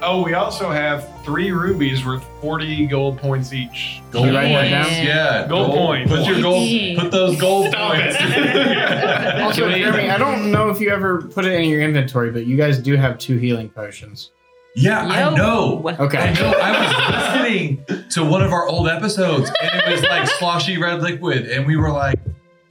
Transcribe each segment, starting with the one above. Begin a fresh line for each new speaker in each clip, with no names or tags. also have three rubies worth 40 gold points each.
Gold
Should I
points.
write that down?
Yeah,
Gold points.
Put your gold. Put those gold
Stop
points.
it.
Also, Jeremy, I don't know if you ever put it in your inventory, but you guys do have two healing potions.
yeah, I know. I
Okay.
know. I was listening to one of our old episodes, and it was like sloshy red liquid, and we were like,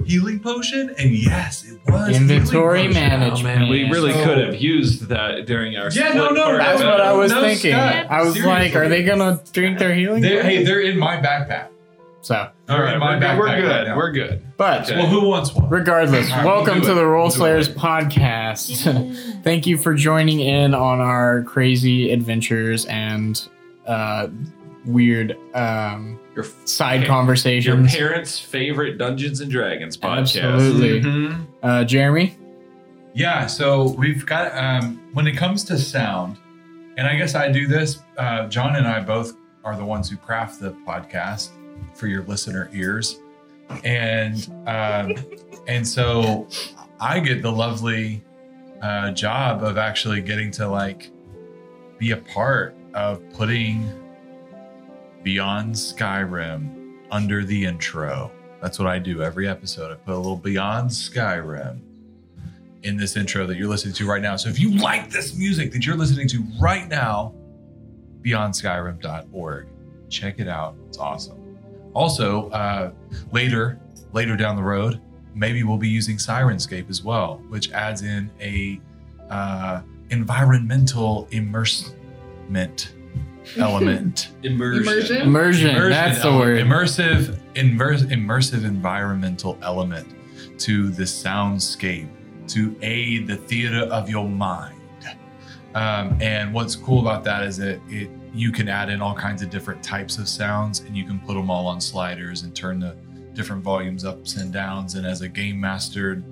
healing potion, and yes, it was healing
Inventory
potion.
management.
Oh man, we really
So-
could have used that during our.
Yeah,
split
no, no,
part
no,
of
That's
it.
what I was
No,
thinking.
Scott,
I was like,
seriously.
are they gonna drink their healing?
Oh, They're, hey,
potion?
they're in my backpack.
so,
They're
All right,
in my
we're good,
backpack
we're good.
right now.
we're good.
but
Okay.
well, who wants one?
regardless,
All right, we'll
welcome
do
to
it.
the Role
We'll do
Slayers
it.
podcast. Thank you for joining in on our crazy adventures and uh, weird um,
Your,
side
Okay. your
conversations.
parents' favorite Dungeons and Dragons podcast.
Absolutely,
Mhm.
uh, Jeremy.
Yeah, so we've got um, when it comes to sound, and I guess I do this. Uh, John and I both are the ones who craft the podcast for your listener ears, and um, and so I get the lovely uh, job of actually getting to like be a part of putting Beyond Skyrim under the intro. That's what I do every episode. I put a little Beyond Skyrim in this intro that you're listening to right now. So if you like this music that you're listening to right now, beyondskyrim.org. Check it out. It's awesome. Also, uh, later, later down the road, maybe we'll be using Sirenscape as well, which adds in a uh, environmental immersement element.
Immersion. Oh,
Immersion.
Immersion. that's the
element,
word.
Immersive, immersive, immersive environmental element to the soundscape to aid the theater of your mind. Um, and what's cool about that is that it you can add in all kinds of different types of sounds, and you can put them all on sliders and turn the different volumes ups and downs. And as a game master,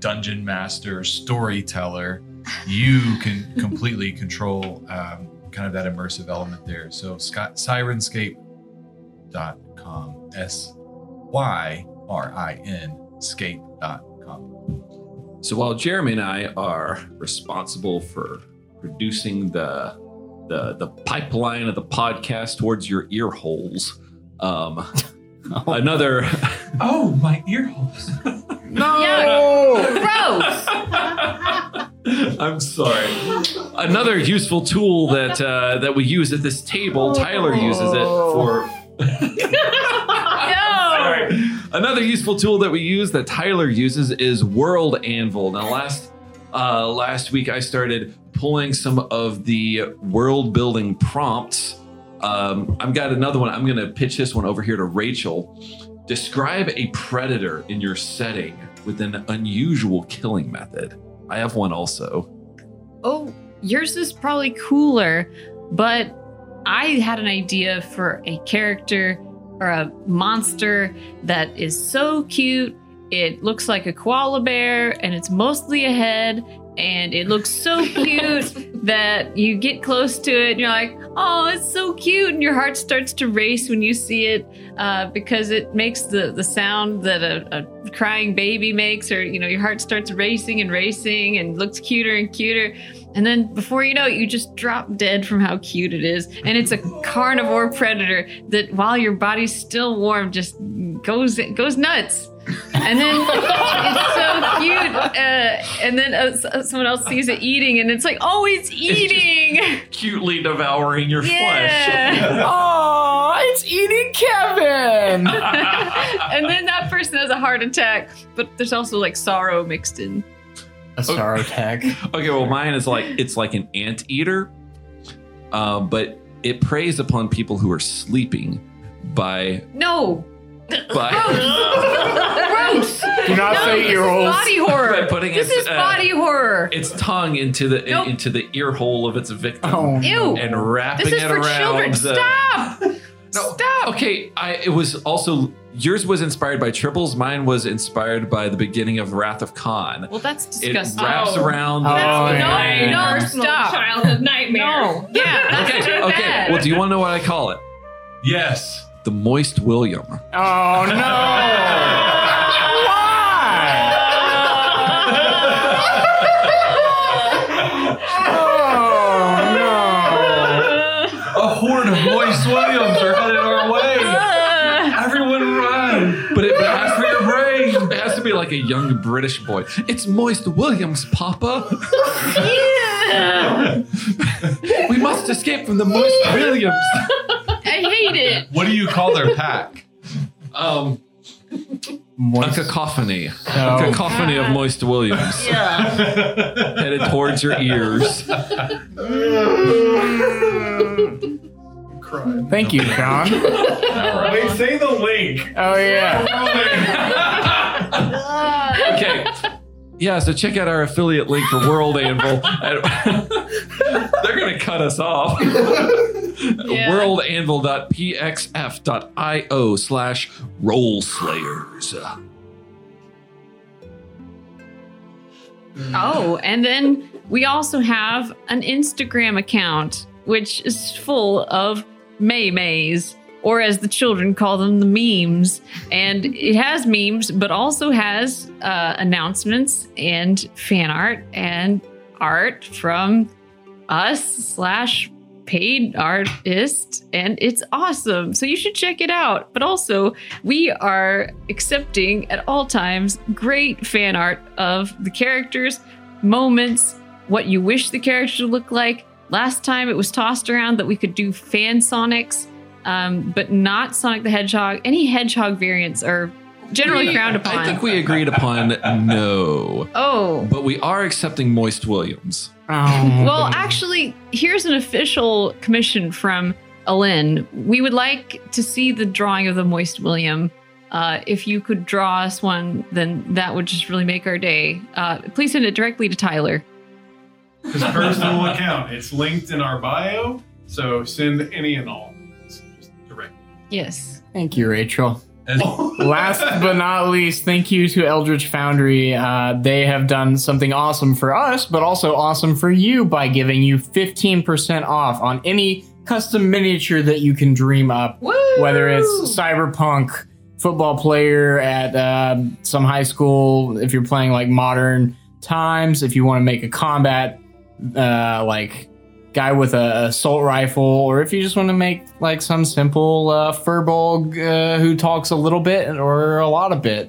dungeon master, storyteller, you can completely control um, kind of that immersive element there. So Scott Sirenscape.com. S Y R I N scape.com.
So while Jeremy and I are responsible for producing the the the pipeline of the podcast towards your ear holes, um, another
Oh, my ear holes.
no.
Oh!
Gross.
I'm sorry. Another useful tool that uh, that we use at this table. Tyler uses it for.
no.
Sorry. Another useful tool that we use that Tyler uses is World Anvil. Now last uh, last week I started pulling some of the world building prompts. Um, I've got another one. I'm going to pitch this one over here to Rachel. Describe a predator in your setting with an unusual killing method. I have one also.
Oh, yours is probably cooler, but I had an idea for a character or a monster that is so cute. It looks like a koala bear and it's mostly a head and it looks so cute that you get close to it and you're like, oh, it's so cute. And your heart starts to race when you see it uh, because it makes the, the sound that a, a crying baby makes, or, you know, your heart starts racing and racing and looks cuter and cuter. And then before you know it, you just drop dead from how cute it is. And it's a carnivore predator that while your body's still warm, just goes goes nuts. And then it's so cute. Uh, and then uh, s- someone else sees it eating, and it's like, oh, it's
just-
eating.
cutely devouring your
Yeah.
Oh, it's eating Kevin.
flesh.
and then that person has a heart attack, but there's also like sorrow mixed in.
A sorrow tag.
okay, well, mine is like it's like an anteater, uh, but it preys upon people who are sleeping by
No.
by,
Gross.
Do not
no,
say
this
ear
is
holes.
Body
by
horror.
putting
This
its
is
uh,
body horror.
its tongue into the
Nope.
into the ear hole of its victim
Oh,
Ew.
and wrapping
This is
it
for
around.
children.
the-
Stop.
No.
Stop.
Okay, I it was also yours was inspired by triples. Mine was inspired by the beginning of Wrath of Khan.
Well, that's
It
disgusting.
wraps
Oh.
around.
Oh,
the-
yeah,
no,
yeah, yeah.
no,
personal
stop.
childhood nightmare.
No. Yeah, that's
okay,
too
okay.
bad.
Well, do you want to know what I call it?
Yes.
The Moist William.
Oh no! Why? Oh no!
like a young British boy. It's Moist Williams, Papa. we must escape from the Moist Williams.
I hate it.
What do you call their pack?
Um, a
Moist.
cacophony. A
Oh,
cacophony of Moist Williams
Yeah.
headed towards your ears.
Crime.
thank you, John.
Wait, say the link.
Oh yeah.
okay. Yeah, so check out our affiliate link for World Anvil. They're going to cut us off.
Yeah.
Worldanvil.pxf.io slash role slayers.
Oh, and then we also have an Instagram account, which is full of maymays, or as the children call them, the memes. And it has memes, but also has uh, announcements and fan art and art from us slash paid artist and it's awesome so you should check it out but also we are accepting at all times great fan art of the characters moments, what you wish the character to look like. Last time it was tossed around that we could do fan Sonics, um, but not Sonic the Hedgehog. Any hedgehog variants are generally
We-
frowned upon.
I think we agreed upon no,
oh.
but we are accepting Moist Williams.
Oh.
Well, actually, here's an official commission from Alin. We would like to see the drawing of the Moist William. Uh, if you could draw us one, then that would just really make our day. Uh, please send it directly to Tyler.
His personal account. It's linked in our bio, so send any and all. It's just direct.
Yes.
Thank you, Rachel.
As-
Last but not least, thank you to Eldritch Foundry. Uh, they have done something awesome for us, but also awesome for you by giving you 15% off on any custom miniature that you can dream up,
Woo!
whether it's cyberpunk, football player at uh, some high school, if you're playing like modern times, if you want to make a combat uh, like guy with a assault rifle, or if you just want to make like some simple uh, furball uh, who talks a little bit or a lot of bit,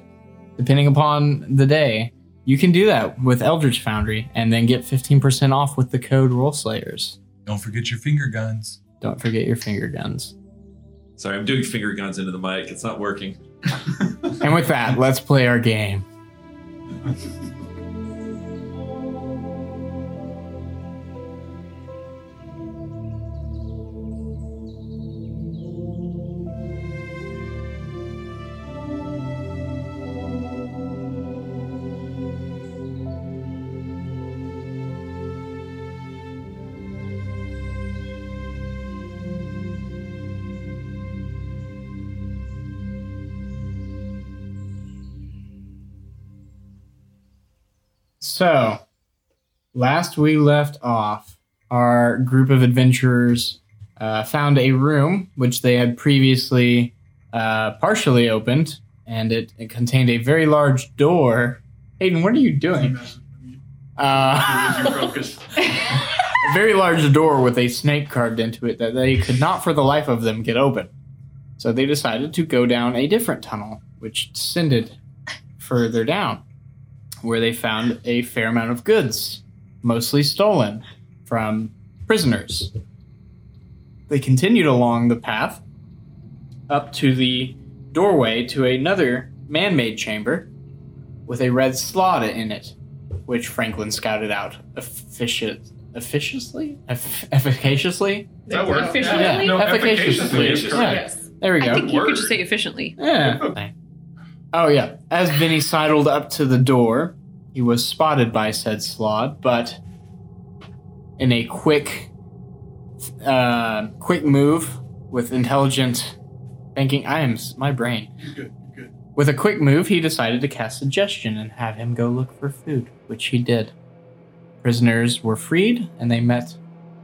depending upon the day, you can do that with Eldritch Foundry and then get 15% off with the code RollSlayers.
Don't forget your finger guns.
Don't forget your finger guns.
Sorry, I'm doing finger guns into the mic. It's not working.
And with that, let's play our game. So, last we left off, our group of adventurers uh, found a room which they had previously uh, partially opened, and it, it contained a very large door. Hayden, what are you doing? Uh,
Your focus.
a very large door with a snake carved into it that they could not for the life of them get open. So they decided to go down a different tunnel, which descended further down, where they found a fair amount of goods, mostly stolen from prisoners. They continued along the path up to the doorway to another man made chamber with a red slot in it, which Franklin scouted out efficient, efficaciously, Eff- efficaciously.
That works.
Efficiently?
Yeah. No,
Efficaciously.
efficaciously. is
Yeah.
correct.
There we go.
I think you could
Word.
just say efficiently.
Yeah. Oh yeah. As Vinny sidled up to the door, he was spotted by said slod, but in a quick, uh, quick move with intelligent thinking, I am s- my brain.
You're good. You're good.
With a quick move, he decided to cast suggestion and have him go look for food, which he did. Prisoners were freed, and they met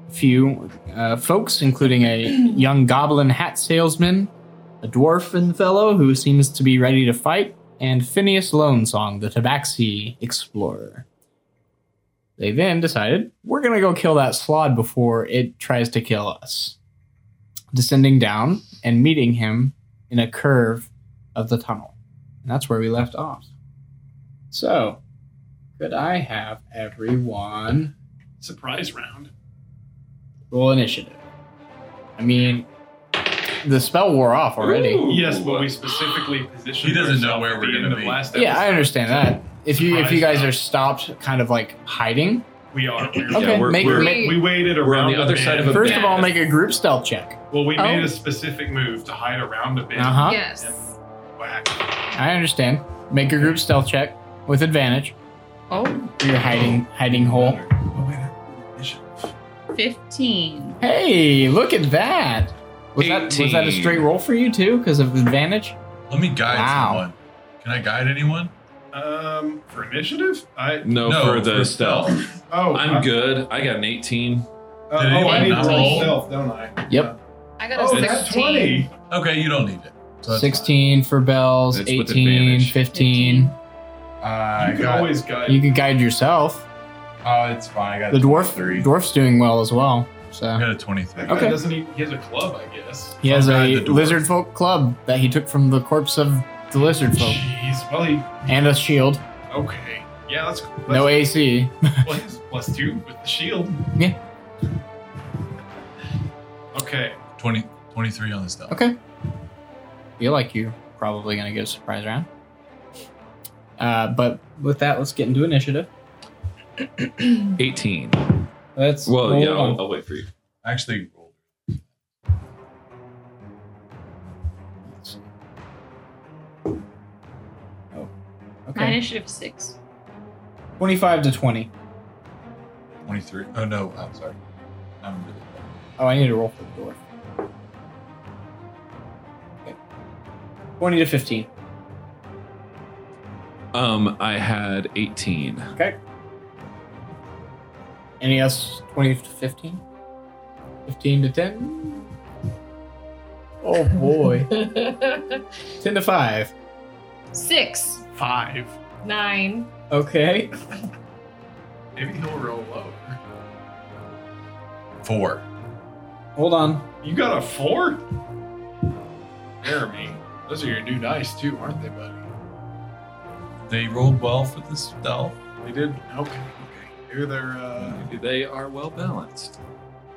a few uh, folks, including a young goblin hat salesman, a dwarfen fellow who seems to be ready to fight, and Phineas Lonesong, the Tabaxi explorer. They then decided, we're gonna go kill that slod before it tries to kill us. Descending down and meeting him in a curve of the tunnel. And that's where we left off. So, could I have everyone
Surprise round.
roll initiative? I mean, the spell wore off already.
Ooh.
Yes, but we specifically positioned.
He doesn't know
ourselves
where
at
we're
the end
gonna
of
be.
Last
Yeah, I
episode.
understand that. If you if you
Surprise
guys
round.
are stopped, kind of like hiding.
we are. We're-
Yeah,
Okay,
we're-
make,
we're-
make-
We waited around
We're on the other
bend.
side of a
first of all,
band.
make a group stealth check.
Well, we made
Oh.
a specific move to hide around a bit.
Uh huh.
Yes.
Whack.
I understand. Make a group stealth check with advantage
Oh,
for your hiding hiding hole.
Oh, wait, I should-
15.
Hey, look at that! Was that was that a
18.
straight roll for you too because of advantage?
Let me guide
Wow.
someone. Can I guide anyone?
Um, for initiative, I
No, for the
for
stealth.
oh
I'm
I-
good. I got an 18.
Uh, oh,
Did
I
anyone
need
not
to roll
roll?
stealth, don't I?
Yep.
I got a
Oh, that's
16.
twenty.
Okay, you don't need it. So that's
16 for bells,
That's with
18,
advantage.
15.
fine. Uh, I
You can
got,
always guide.
You can guide yourself.
oh, it's fine. I got
The dwarf
three.
dwarf's doing well as well.
I
So
got a 23.
That guy
Okay.
Doesn't he? He has a club, I guess.
he has
I'll guide
a
the dwarf.
lizard folk club that he took from the corpse of the lizard folk
Jeez. Well, he.
and a shield.
Okay. Yeah, that's cool. That's
No AC.
Well, he's plus two with the shield.
Yeah.
Okay.
20, 23 on the stealth.
Okay. Feel like you're probably gonna get a surprise round. Uh, but with that, let's get into initiative.
18.
Let's
Well,
roll
yeah,
on.
I'll, I'll wait for you.
I Actually, rolled.
My
okay.
initiative is 6.
Twenty-five to twenty.
23. Oh, no. I'm sorry. I'm really bad.
Oh, I need to roll for the dwarf. Okay. Twenty to fifteen.
Um, I had 18.
Any else? Twenty to fifteen. Fifteen to ten. Oh boy. 10 to 5.
6.
Five.
9.
Okay.
Maybe he'll roll lower.
Four.
Hold on.
You got a four? Jeremy, those are your new dice too, aren't they, buddy?
They rolled well for the stealth.
They did. Okay. Okay. Here they're. Uh,
Maybe they are well balanced.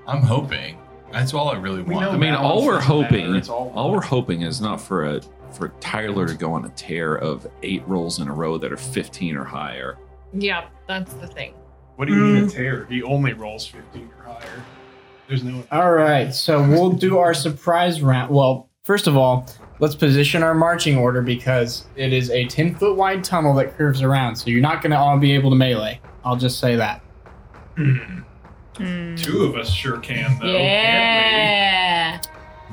I'm hoping. That's all I really
we
want.
know
I mean,
that
all
one
we're
doesn't matter.
hoping-
It's all,
All we're hoping is not for a for Tyler to go on a tear of eight rolls in a row that are 15 or higher.
Yeah, that's the thing.
What do you mean a tear? He only rolls 15 or higher. There's no.
All right. So we'll do our surprise round. Well, first of all, let's position our marching order because it is a 10 foot wide tunnel that curves around. So you're not going to all be able to melee. I'll just say that.
Hmm. Two of us sure can though. Can't
yeah.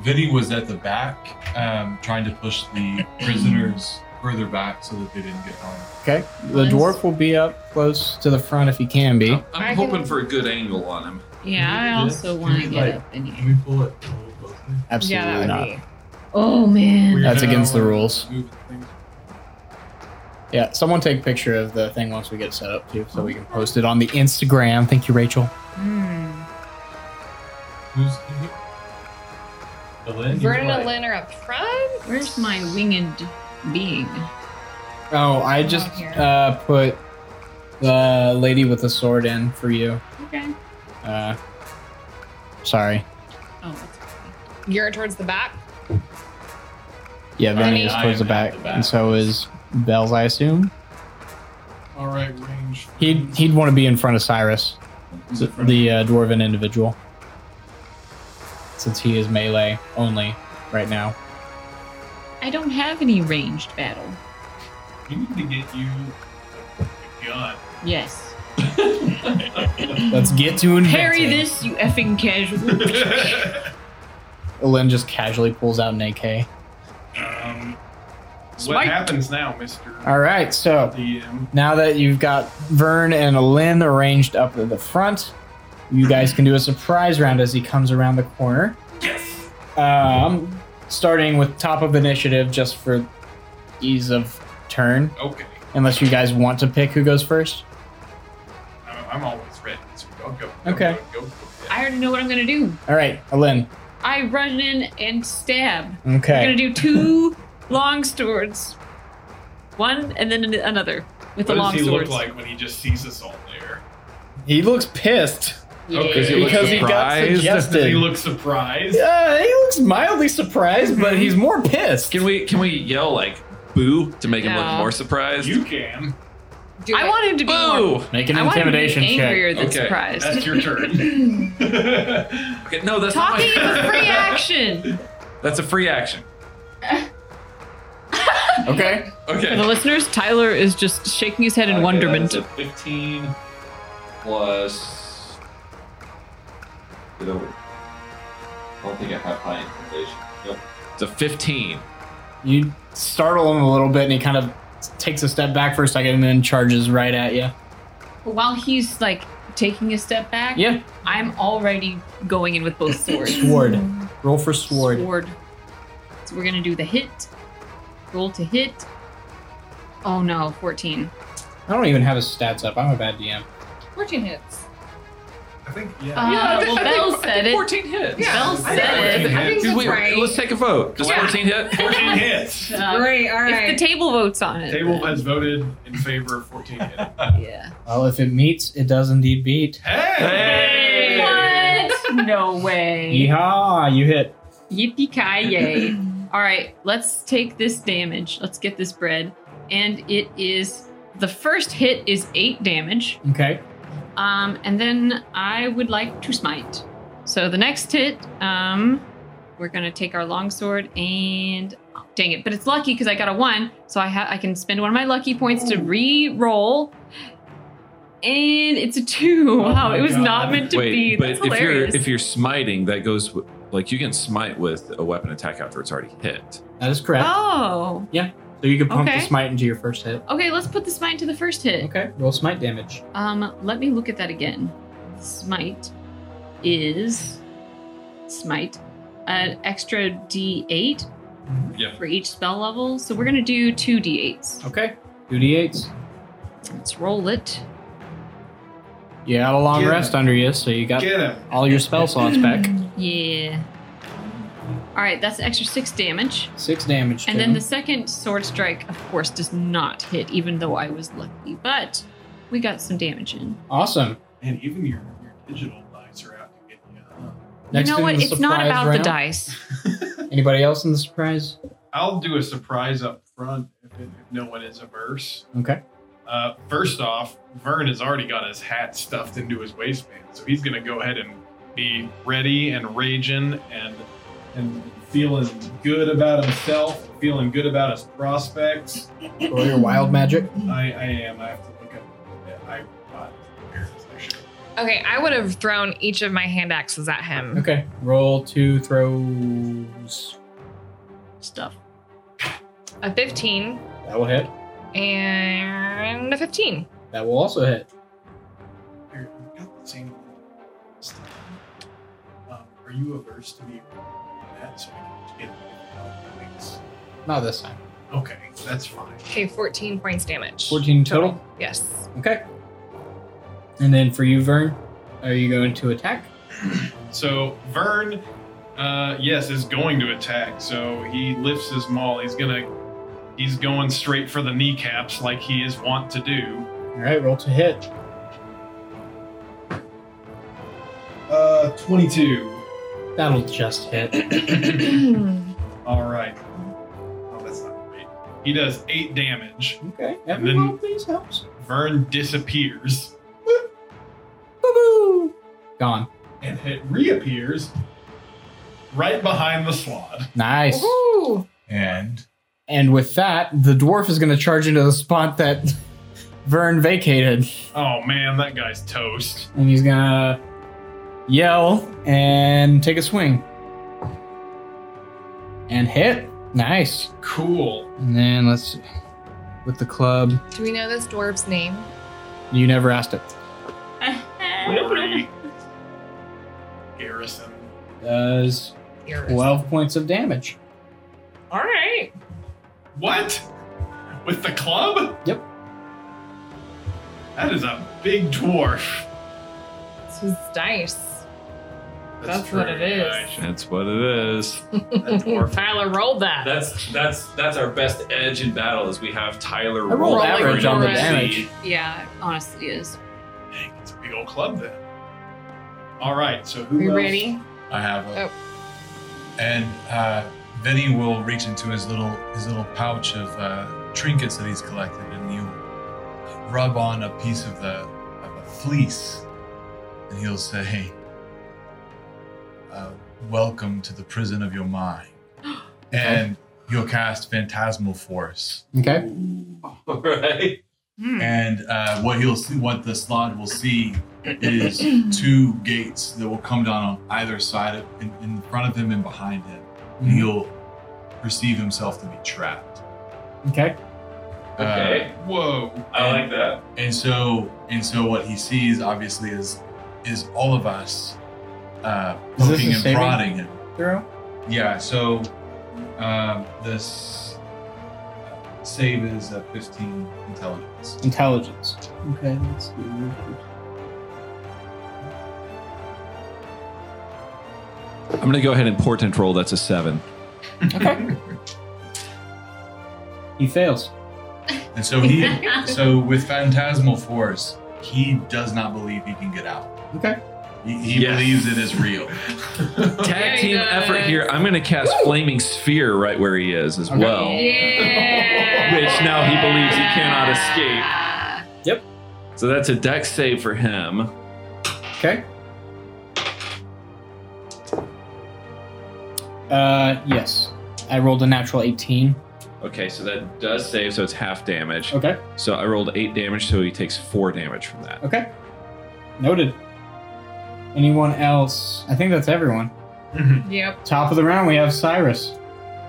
Vinny was at the back, um, trying to push the prisoners further back so that they didn't get harmed.
Okay. The
Nice. Oh,
dwarf will be up close to the front if he can be.
I'm,
I
I'm
can-
hoping for a good angle on him.
Yeah, I also
Can
want
we,
to
like,
get up in
Can
here.
we pull it?
Absolutely
yeah, that
not.
would be. Oh, man.
we?
That's
Weird.
against the rules.
Moving things.
Yeah. Someone take a picture of the thing once we get set up too, so we can post it on the Instagram. Thank you, Rachel.
Hmm.
Who's who- Ellen? You're
Vernon and
right.
Lynn are up front.
Where's my winged being?
Oh, I just
Not here.
uh, put the lady with the sword in for you.
Okay.
Uh, sorry.
Oh, that's okay.
You're towards the back.
Yeah, Vinny
Vinny.
is towards the
I am at
back,
the back.
and so is Bells, I assume.
All right, range.
He'd he'd want to be in front of Cyrus, the, the uh, dwarven individual, since he is melee only right now.
I don't have any ranged battle.
We need to get you a gun.
Yes.
Let's get to inventing.
Parry this, you effing casual.
Lynn just casually pulls out an AK.
um, what
Spike.
happens now, Mister
All right, so
DM?
Now that you've got Vern and Lynn arranged up at the front, you guys can do a surprise round as he comes around the corner. Yes. Um, starting with top of initiative just for ease of turn,
Okay,
unless you guys want to pick who goes first.
I'm, I'm always ready. So I'll go. go,
Okay.
Go, go, go.
I already know what I'm gonna do.
All right, Lynn.
I run in and stab. I'm
Okay.
gonna do two long swords, one and then an- another. with
What
the
does
long
he
swords.
look like when he just sees us all there?
He looks pissed
Does he look
because he got
surprised?
Does he
suggested.
look surprised?
Uh, he looks mildly surprised, but he's more pissed.
Can we can we yell like boo to make him look
No.
more surprised?
You can.
Do
I
it.
want him to be more.
boo.
Make an
I want him to be
intimidation check.
angrier than
Okay.
surprised.
That's your turn.
Okay, no, that's
Talking is
not
a free action.
my, That's a free action.
Okay.
Okay.
For the listeners, Tyler is just shaking his head in
Okay,
wonderment.
that's a 15 plus. Get over. it. I don't think I have high intimidation. Nope. It's a 15.
You startle him a little bit, and he kind of takes a step back for a second, and then charges right at you.
While he's like taking a step back,
Yeah.
I'm already going in with both swords.
Sword. Roll for sword.
Sword. So we're gonna do the hit. Roll to hit. Oh no, 14.
I don't even have his stats up. I'm a bad DM.
14 hits.
I think, yeah.
Uh,
I
well,
think- I think-
Bell
I think
said it.
14 hits.
Yeah.
Bell
I
said it.
think I think
Dude,
that's
wait,
right.
Let's take a vote. Does
Yeah.
14 hit?
14 hits.
Uh,
Great, all
if the table votes on it.
Table has voted in favor of 14 hits.
Yeah.
Well, if it meets, it does indeed beat.
Hey!
What? No way.
Yeehaw! You hit.
Yippee ki yay. All right, let's take this damage. Let's get this bread. And it is the first hit is eight damage.
Okay.
Um, and then I would like to smite. So the next hit, um, we're gonna take our longsword and oh, dang it, but it's lucky because I got a one, so I ha- I can spend one of my lucky points to re-roll. And it's a two. wow,
Oh my
it was
God.
not meant to
wait,
be.
but
That's
if
hilarious.
you're if you're smiting, that goes with, like you can smite with a weapon attack after it's already hit.
That is correct.
oh,
So you can pump
Okay.
the smite into your first hit.
okay. Let's put the smite into the first hit.
Okay. Roll smite damage.
Um, let me look at that again. Smite is smite, an extra d8
Yeah.
for each spell level. So we're gonna do two d8s.
Okay. Two d8s.
Let's roll it.
You got a long
Get
rest under you, so you got
Get him.
all your spell slots back.
Yeah. All right, that's an extra six damage.
Six damage.
And
to
then
him.
the second sword strike, of course, does not hit, even though I was lucky. But we got some damage in.
awesome.
And even your, your digital dice are out to get you. uh, huh?
Next
you know
in
what?
the
It's not
surprise
about the
round.
dice.
Anybody else in the surprise?
I'll do a surprise up front if, it, if no one is averse.
Okay.
Uh, first off, Vern has already got his hat stuffed into his waistband, so he's going to go ahead and be ready and raging and and feeling good about himself, feeling good about his prospects.
Roll your wild magic.
I, I am. I have to look up. I bought
Okay, I would have thrown each of my hand axes at him.
Okay. Roll two throws.
Stuff.
A 15
That will hit.
and a 15.
That will also hit.
Here, I've got the same stuff. Um, are you averse to me rolling that so I can get points?
Not this time.
Okay, that's fine.
Okay, 14 points damage.
14 total.
Yes.
Okay. And then for you, Vern, are you going to attack?
So Vern, uh, yes, is going to attack. So he lifts his maul. He's gonna, he's going straight for the kneecaps like he is wont to do.
All right, roll to hit.
Uh, twenty-two.
That'll just hit.
All right. Oh, that's not great. He does eight damage.
Okay.
And then-
Everyone, please helps.
Vern disappears
Boo boo. Gone.
and it reappears right behind the slot.
Nice.
Woohoo!
And
And with that, the dwarf is going to charge into the spot that Vern vacated,
Oh man, that guy's toast.
and he's going to yell and take a swing. And hit. Nice.
Cool.
And then let's see. With the club,
Do we know this dwarf's name?
you never asked it.
Larry. Garrison.
Does 12 points of damage.
All right.
What? With the club?
Yep.
That is a big dwarf.
This was dice.
That's what
true.
it is.
I should-
That's what it is.
That's dwarf.
Tyler rolled that.
That's that's that's our best edge in battle is we have Tyler
I rolled
roll
average
for
on the
it.
damage.
yeah, it honestly is.
Dang, it's a big old club then. All right, so who
We
else?
ready?
I have a.
Oh.
And uh, Vinny will reach into his little his little pouch of uh, trinkets that he's collected, and he'll rub on a piece of the of a fleece, and he'll say, uh, "Welcome to the prison of your mind," and you'll cast Phantasmal Force.
Okay.
All right.
And uh, what he'll see, what the slot will see, is two gates that will come down on either side, of, in, in front of him and behind him. And
Mm-hmm.
he'll perceive himself to be trapped.
Okay.
Uh,
Okay.
Whoa.
I like that.
and so, and so, what he sees obviously is is all of us uh,
Is this a
poking and
saving?
prodding him.
Zero.
Yeah. So, um, this save is a 15 intelligence.
Intelligence. Okay. Let's see.
I'm gonna go ahead and portent roll. That's a seven.
He fails.
And so he, so with phantasmal force, he does not believe he can get out.
Okay.
He, he
Yes.
believes it is real.
Tag
he
team
does.
effort here. I'm gonna cast flaming sphere right where he is as
Okay.
well.
Yeah.
Which now he believes he cannot escape.
Yep.
So that's a dex save for him.
Okay. Uh, yes. I rolled a natural 18.
Okay, so that does save, so it's half damage.
Okay.
So I rolled eight damage, so he takes four damage from that.
Okay. Noted. Anyone else? I think that's everyone.
Yep.
Top of the round, we have Cyrus.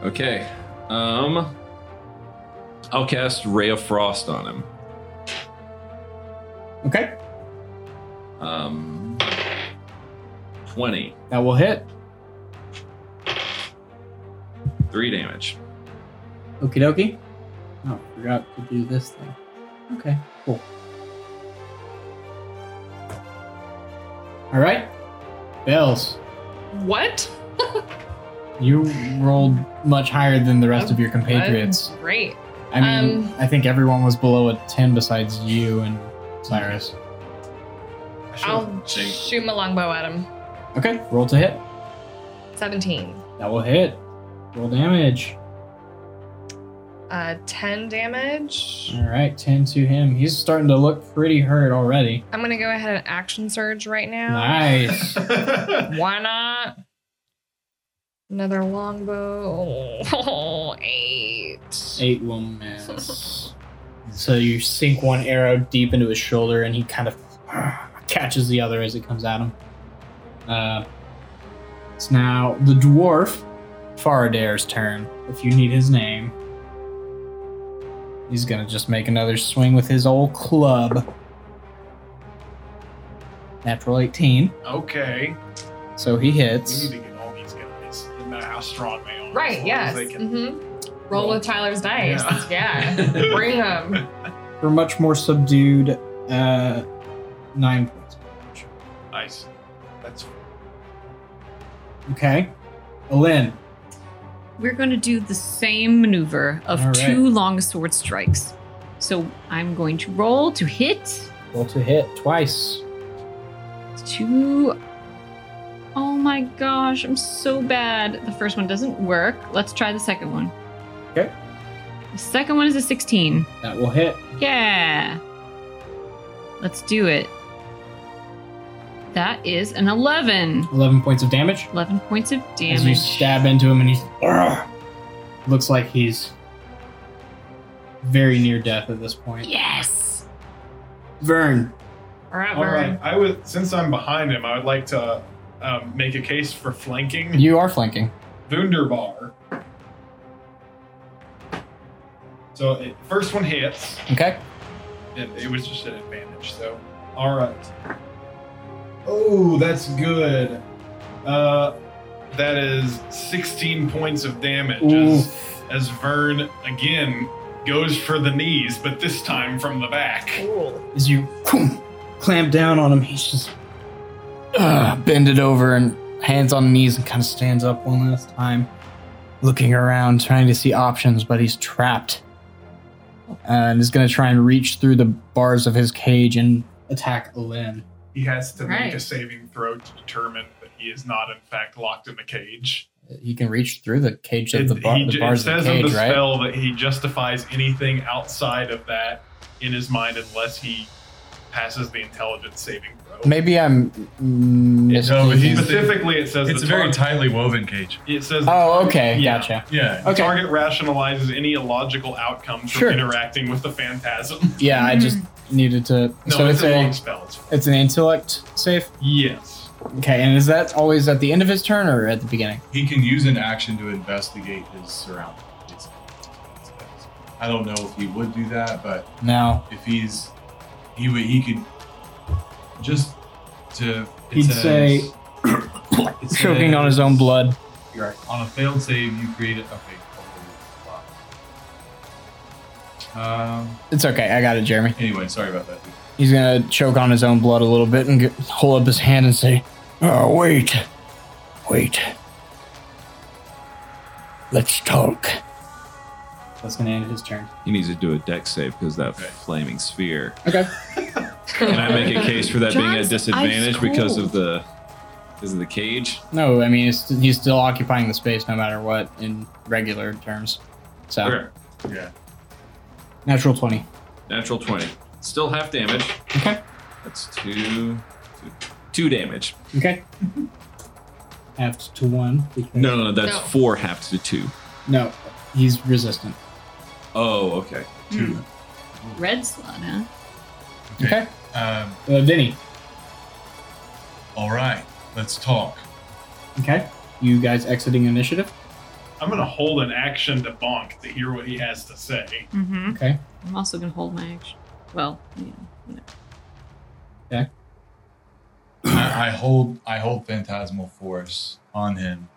Okay. Um I'll cast Ray of Frost on him.
Okay.
Um 20.
That will hit.
Three damage.
Okie dokie. Oh, forgot to do this thing. Okay, cool. All right. Bells,
What?
you rolled much higher than the rest of your compatriots.
That's great.
I mean,
Um,
I think everyone was below a 10 besides you and Cyrus.
I should have
I'll
jinxed.
shoot my longbow at him.
Okay, roll to hit.
17.
That will hit. Roll damage.
Uh, 10 damage.
All right, 10 to him. He's starting to look pretty hurt already.
I'm going to go ahead and action surge right now.
Nice.
Why not? Another longbow. Oh, eight.
Eight will miss. so you sink one arrow deep into his shoulder, and he kind of catches the other as it comes at him. Uh, it's now the dwarf Faradair's turn. If you need his name, he's gonna just make another swing with his old club. Natural 18,
okay.
so he
We
hits.
need to get all these guys, no matter how strong they are. as
Right,
long
yes.
as they can-
Mhm. Roll with Tyler's dice. Yeah. Bring them.
For much more subdued, uh, nine points.
Nice. That's
Okay, Alin.
We're going to do the same maneuver of
All right.
two long sword strikes. So I'm going to roll to hit
Roll to hit twice.
two. Oh my gosh, I'm so bad. The first one doesn't work. Let's try the second one.
Okay.
The second one is a 16.
That will hit.
Yeah. Let's do it. That is an 11.
11 points of damage.
11 points of
As you
damage.
stab into him and he's. Ugh. looks like he's very near death at this point.
Yes.
Vern.
All right,
all
Vern.
right. I would, since I'm behind him, I would like to um, make a case for flanking
You are flanking.
Wunderbar. So it, first one hits.
Okay.
It, it was just an advantage. So, all right. Oh, that's good. Uh, that is 16 points of damage as, as Vern again goes for the knees, but this time from the back.
As you clamp down on him, he's just. Ugh, bended uh, over and hands on knees and kind of stands up one last time, looking around, trying to see options, but he's trapped. And is going to try and reach through the bars of his cage and attack Lynn.
He has to make a
Right.
saving throw to determine that he is not, in fact, locked in the cage.
He can reach through the cage of the,
It-
bar-
he
the
ju-
bars
it
of
says
the
in
cage,
the
right?
spell that he justifies anything outside of that in his mind unless he passes the intelligence saving throw.
Maybe I'm. Mm,
No, but he's-
Specifically, it says
It's
the
a very
tar-
tightly woven cage.
It says the
oh, okay.
Yeah.
Gotcha.
Yeah.
Okay.
target rationalizes any illogical outcome from
Sure.
interacting with the phantasm.
Yeah, I just needed to.
No,
so it's,
it's a long
a.
spell. It's
It's an intellect safe.
yes.
Okay, and is that always at the end of his turn or at the beginning?
He can use an action to investigate his surroundings. I don't know if he would do that, but
No.
if he's he would he could just to it
He'd
says-
say-
it
Choking on his
says-
own blood.
You're right. On a failed save, you create a okay. Wow. Um.
It's okay. I got it, Jeremy.
Anyway, sorry about that.
He's gonna choke on his own blood a little bit and get, hold up his hand and say, "Oh, wait, wait, let's talk." That's gonna end his turn.
He needs to do a deck save because that
Okay.
flaming sphere.
Okay.
Can I make a case for that being at
John's
a disadvantage because of the because of the cage?
No, I mean it's, he's still occupying the space no matter what in regular terms. So
Okay.
Yeah.
natural twenty.
Natural twenty. Still half damage.
Okay.
That's two, two, two damage.
Okay. Half to one. because-
No, no, no. That's
No.
four half to two.
No, he's resistant.
Oh, okay.
Two.
Red Solana.
Okay.
Um.
Uh, Vinny.
All right. Let's talk.
Okay. You guys exiting initiative.
I'm gonna hold an action to Bonk to hear what he has to say.
Mm-hmm.
Okay.
I'm also gonna hold my action. Well, yeah.
I, I hold I hold phantasmal force on him,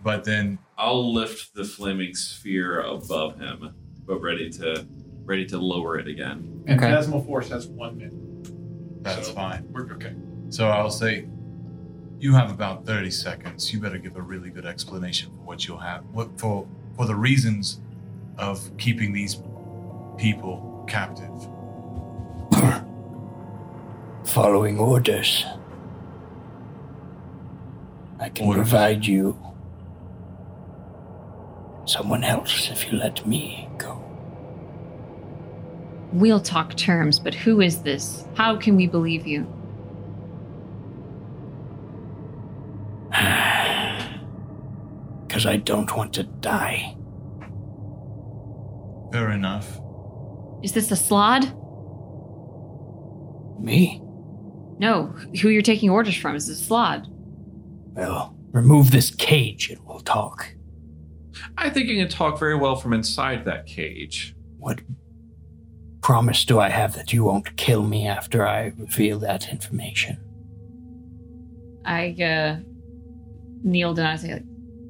but then
I'll lift the flaming sphere above him, but ready to ready to lower it again.
Okay.
Phantasmal force has one minute.
that's
So-
fine.
We're okay.
So I'll say, you have about thirty seconds. You better give a really good explanation for what you'll have, what for for the reasons of keeping these people captive.
following orders. I can
Orders.
provide you someone else if you let me go.
We'll talk terms, but who is this? How can we believe you?
Because I don't want to die.
Fair enough.
Is this a slod?
Me?
No. Who you're taking orders from is a slod.
Well, remove this cage and we'll talk.
I think you can talk very well from inside that cage.
What promise do I have that you won't kill me after I reveal that information?
I uh, kneel down and say, like,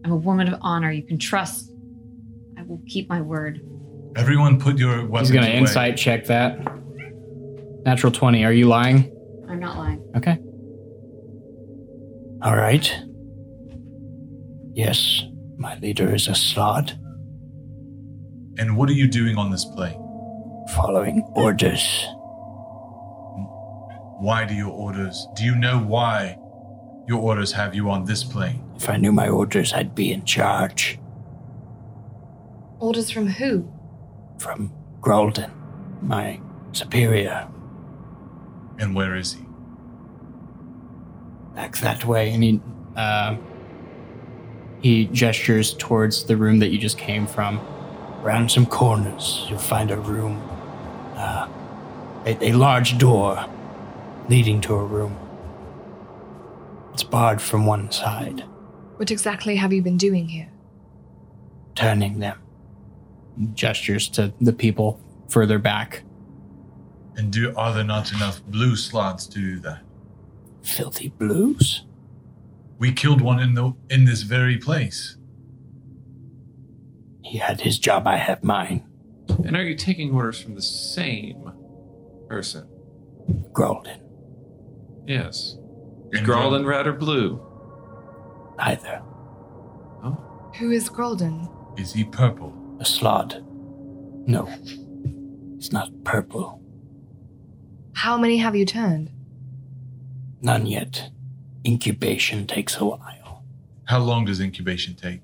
I'm a woman of honor. You can trust. I will keep my word.
Everyone, put your weapons
He's gonna
away.
insight check that. Natural twenty. Are you lying?
I'm not lying.
Okay.
All right. Yes, my leader is a slod.
And what are you doing on this plane?
Following orders.
Why do your orders? Do you know why your orders have you on this plane?
If I knew my orders, I'd be in charge.
Orders from who?
from Grolden, my superior,
And where is he?
back that
That way, and he uh, he gestures towards the room that you just came from.
round some corners. You'll find a room, uh, a, a large door leading to a room. It's barred from one side,
What exactly have you been doing here?
turning them.
Gestures to the people further back.
And do are there not enough blue slots to do that?
Filthy blues?
We killed one in the in this very place.
He had his job, I have mine.
And are you taking orders from the same person?
Grolden.
Yes. Is
And
Grolden red or blue?
either.
Who is Grolden?
Is he purple?
A slod. No. It's not purple.
How many have you turned?
None yet. Incubation takes a while.
How long does incubation take?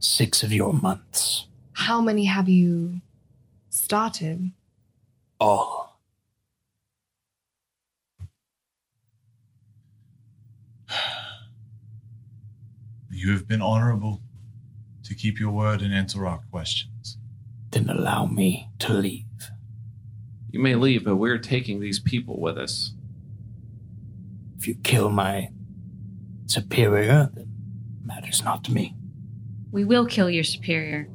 Six of your months.
How many have you started?
All.
You have been honorable to keep your word and answer our questions.
Then allow me to leave.
You may leave, but we're taking these people with us.
If you kill my superior, then matters not to me.
We will kill your superior.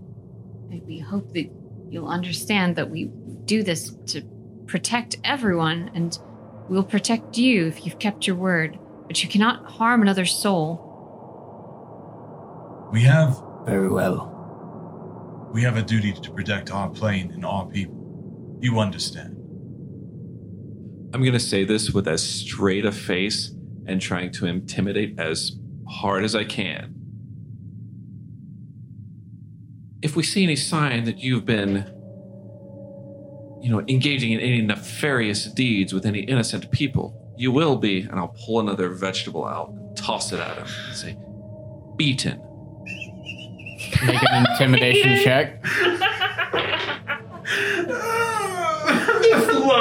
And We hope that you'll understand that we do this to protect everyone, and we'll protect you if you've kept your word. But you cannot harm another soul.
We have
Very well.
we have a duty to protect our plane and our people. You understand.
I'm going to say this with as straight a face and trying to intimidate as hard as I can. If we see any sign that you've been, you know, engaging in any nefarious deeds with any innocent people, you will be, and I'll pull another vegetable out and toss it at him and say, beaten.
Make an intimidation check.
That's low.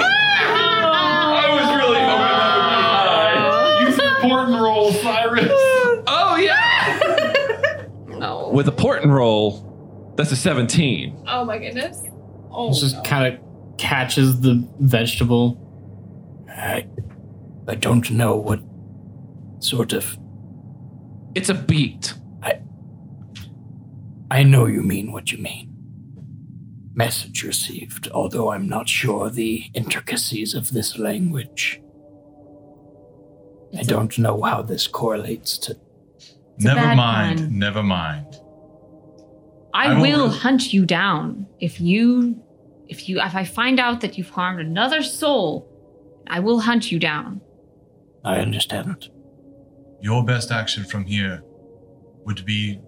I was really
Oh
hoping that would be high. Use your port and roll, Cyrus.
Oh, yeah!
No.
with a port and roll, that's a 17.
Oh my goodness. Oh.
This just kind of catches the vegetable.
I, I don't know what sort of.
It's a beat.
I know you mean what you mean. Message received, although I'm not sure the intricacies of this language. I don't know how this correlates to.
a
never
bad
mind.
one.
Never mind.
I,
I won't
will
really-
hunt you down if you, if you, if I find out that you've harmed another soul. I will hunt you down.
I understand.
Your best action from here would be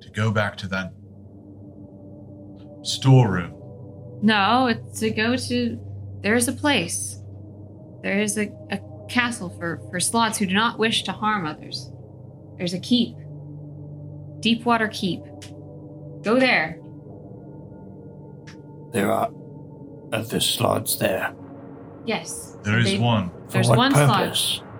to go back to that storeroom.
No, it's to go to. There is a place. There is a, a castle for, for slots who do not wish to harm others. There's a keep. Deepwater Keep. Go there.
There are other slots there.
Yes.
There is
They-
one.
For
There's
what
one slot.
purpose?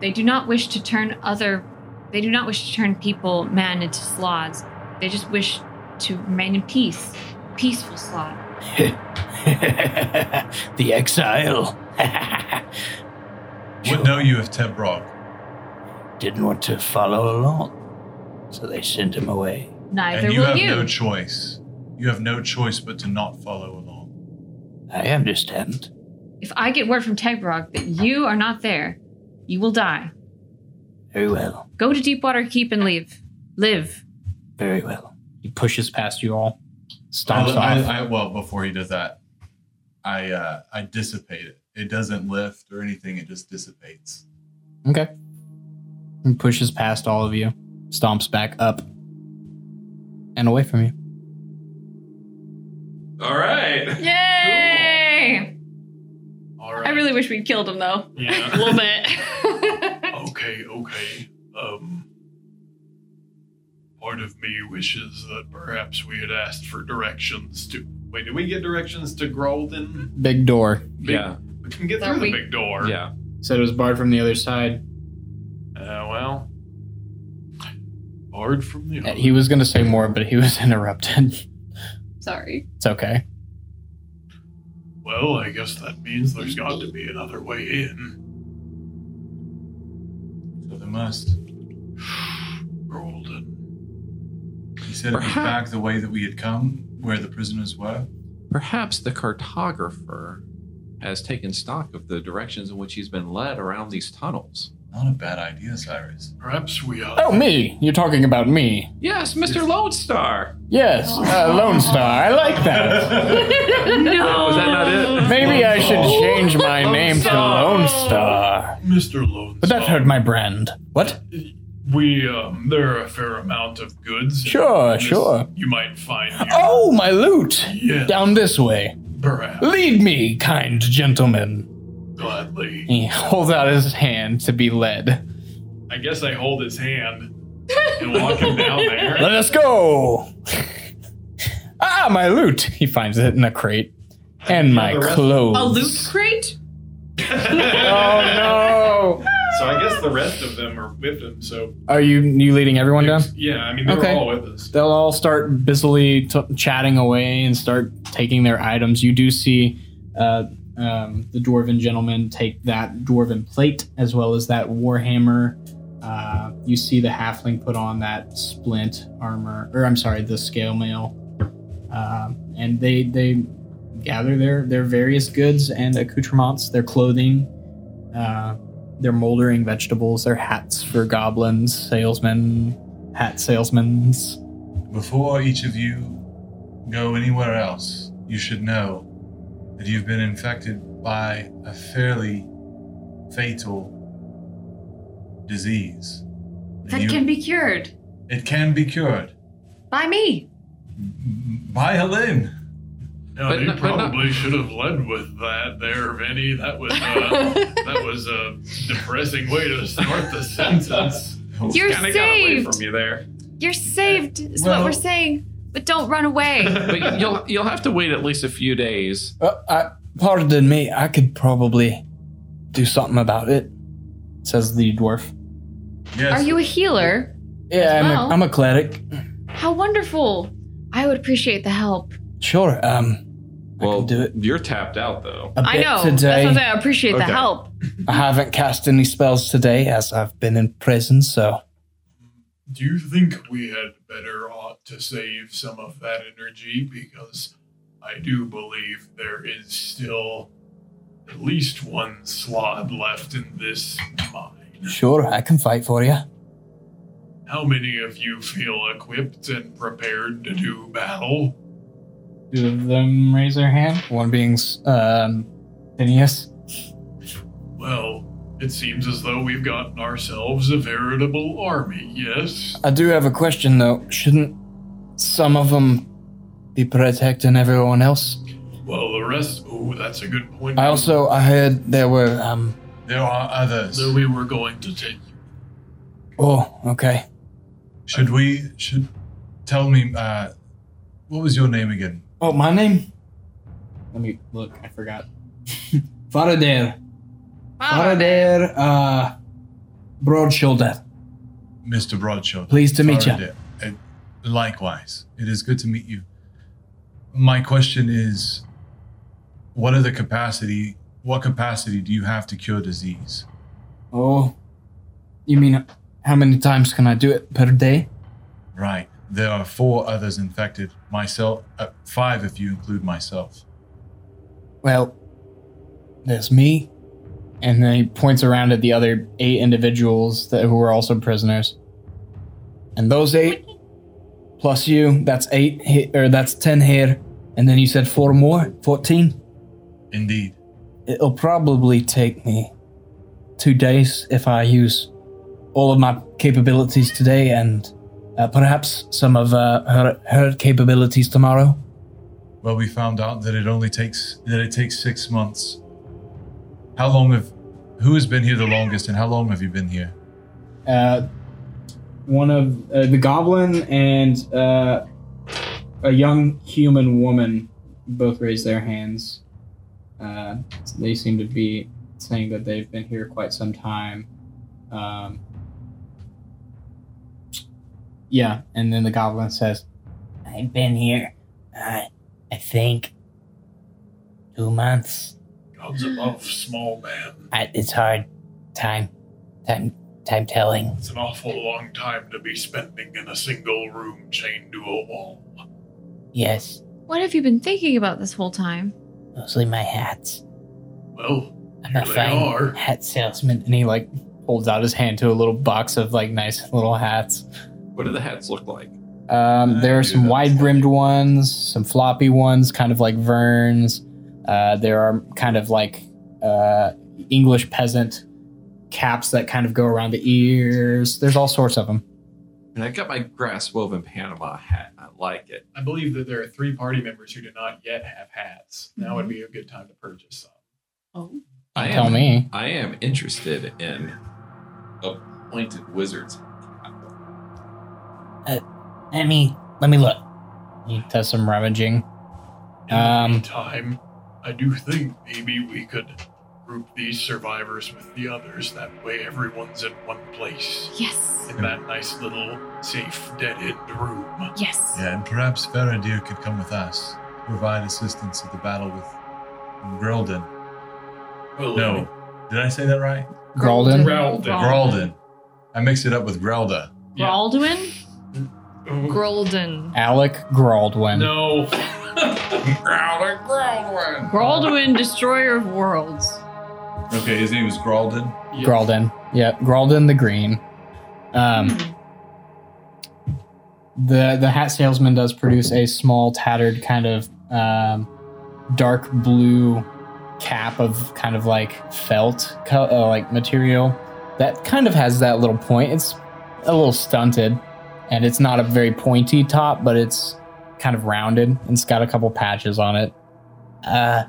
They do not wish to turn other. They do not wish to turn people, man, into slots. They just wish to remain in peace. Peaceful slot.
the exile.
What know you of Tebrog?
Didn't want to follow along, so they sent him away.
Neither
and you
will
have
you.
no choice. You have no choice but to not follow along.
I understand.
if I get word from Tegrog that you are not there, you will die.
Very well.
Go to Deepwater Keep and leave. Live.
Very well.
He pushes past you all,
I,
stomps off.
I, I, well, before he does that, I uh, I dissipate it. It doesn't lift or anything. It just dissipates.
Okay. And pushes past all of you, stomps back up and away from you.
All right.
Yay!
All right.
I really wish we'd killed him though. A
Yeah.
little bit.
okay. Okay. Um. Part of me wishes that perhaps we had asked for directions to. Wait, did we get directions to Grolden?
Big door.
Big-
Yeah.
We can get
That
through
we-
the big door.
Yeah.
Said it was barred from the other side.
Uh, well. Hard from the.
Uh, He was going to say more, but he was interrupted.
Sorry.
it's okay.
Well, I guess that means there's got to be another way in.
So they must.
Grolden.
He said it was back the way that we had come, where the prisoners were.
Perhaps the cartographer has taken stock of the directions in which he's been led around these tunnels.
Not a bad idea, Cyrus.
Perhaps we uh, are.
Oh, me. You're talking about me.
Yes, Mr. Lone Star.
Yes, uh, Lone Star. I like that.
Was that not it?
Maybe I should change my name to Lone Star.
Mr. Lone
But that hurt my brand. What?
We, um, there are a fair amount of goods.
Sure,
This-
sure.
You might find here.
Oh, my loot!
Yes,
Down this way.
perhaps.
Lead me, kind gentleman.
Gladly.
He holds out his hand to be led.
I guess I hold his hand and walk him down there.
Let us go!
Ah, my loot. He finds it in a crate. And my
the rest-
clothes.
A loot crate?
Oh no!
So I guess the rest of them are with him. So
Are you you leading everyone down?
yeah, I mean they
Okay.
were all with us.
They'll all start busily t- chatting away and start taking their items. You do see uh, um, the dwarven gentleman take that dwarven plate as well as that warhammer. Uh, you see the halfling put on that splint armor, or I'm sorry, the scale mail, um, and they they gather their their various goods and accoutrements, their clothing, uh, their moldering vegetables, their hats for goblins, salesmen, hat salesmen's.
Before each of you go anywhere else, you should know that you've been infected by a fairly fatal disease.
That
You-
can be cured
it can be cured
by me.
by Helene.
No,
But
you
no- but no-
probably should have led with that there, Vinny. That was uh, that was a depressing way to start the sentence.
You're
Kinda got away
saved.
from you there.
You're saved, is
Well-
what we're saying. But don't run away.
But you'll you'll have to wait at least a few days.
Uh, I, pardon me, I could probably do something about it.
says the dwarf.
Yes.
Are you a healer?
Yeah, I'm,
well.
a, I'm a cleric.
How wonderful. I would appreciate the help.
Sure, um,
Well,
do it.
you're tapped out though.
a bit
I know. That's what
today.
I'm saying. I appreciate
Okay.
the help.
I haven't cast any spells today as I've been in prison, so
Do you think we had better ought to save some of that energy? Because I do believe there is still at least one slot left in this mine.
sure, I can fight for you.
How many of you feel equipped and prepared to do battle?
Two of them raise their hand. One being um, Phineas.
Well, it seems as though we've gotten ourselves a veritable army, yes?
I do have a question though. Shouldn't some of them be protecting everyone else?
Well, the rest. Oh, that's a good point.
I also I heard there were um.
there are others.
So we were going to take.
Oh, okay.
Should we? Should tell me. Uh, what was your name again?
Oh, my name
Let me look. I forgot.
Faradair. Faradair. Uh, Broadshoulder.
Mr. Broadshoulder.
Pleased to meet you.
Sorry, Dad. Uh, Likewise. It is good to meet you. My question is what are the capacity what capacity do you have to cure disease?
Oh, you mean uh, how many times can I do it per day?
Right. There are four others infected. Myself uh, five if you include myself.
Well, there's me.
And then he points around at the other eight individuals that, who were also prisoners.
And those eight, plus you, that's eight, he- or that's ten here. And then you said four more, 14.
Indeed.
It'll probably take me two days if I use all of my capabilities today and uh, perhaps some of uh, her, her capabilities tomorrow.
Well we found out that it only takes that it takes six months. How long have who has been here the longest and how long have you been here?
Uh, one of uh, the goblin and uh, a young human woman both raise their hands. Uh, they seem to be saying that they've been here quite some time. Um, yeah, and then the goblin says,
I've been here, uh, I think, two months.
Gods above, small man.
I, it's hard. Time, time, time telling.
It's an awful long time to be spending in a single room chained to a wall.
Yes,
What have you been thinking about this whole time?
mostly my hats.
Well,
I'm a
They
fine
are.
hat salesman.
and he like holds out his hand to a little box of like nice little hats.
What do the hats look like?
Um, there are some wide brimmed ones, some floppy ones, kind of like Verns. Uh, there are kind of like uh, English peasant caps that kind of go around the ears. There's all sorts of them.
And I got my grass woven Panama hat. I like it.
I believe that there are three party members who do not yet have hats. Now would be a good time to purchase some.
I am,
Tell me.
I am interested in appointed wizards.
Let me let me look.
He does some rummaging.
In
Um,
the meantime, I do think maybe we could group these survivors with the others. That way, everyone's in one place
Yes.
in that nice little safe dead-end room.
Yes.
Yeah, and perhaps Faradir could come with us, provide assistance at the battle with Grelden.
Well,
No, did I say that right?
Gralden.
Gralden.
Grelden. I mixed it up with Grelda.
yeah.
Baldwin?
Grolden.
Alec Graldwin.
No,
Grelda, Grelden.
Baldwin, destroyer of worlds.
Okay, his name is Grelden.
Yeah.
Gralden. Yeah, Gralden the Green. Um, the the hat salesman does produce a small, tattered kind of um, dark blue cap of kind of like felt co- uh, like material that kind of has that little point. It's a little stunted, and it's not a very pointy top, but it's kind of rounded and it's got a couple patches on it.
Uh,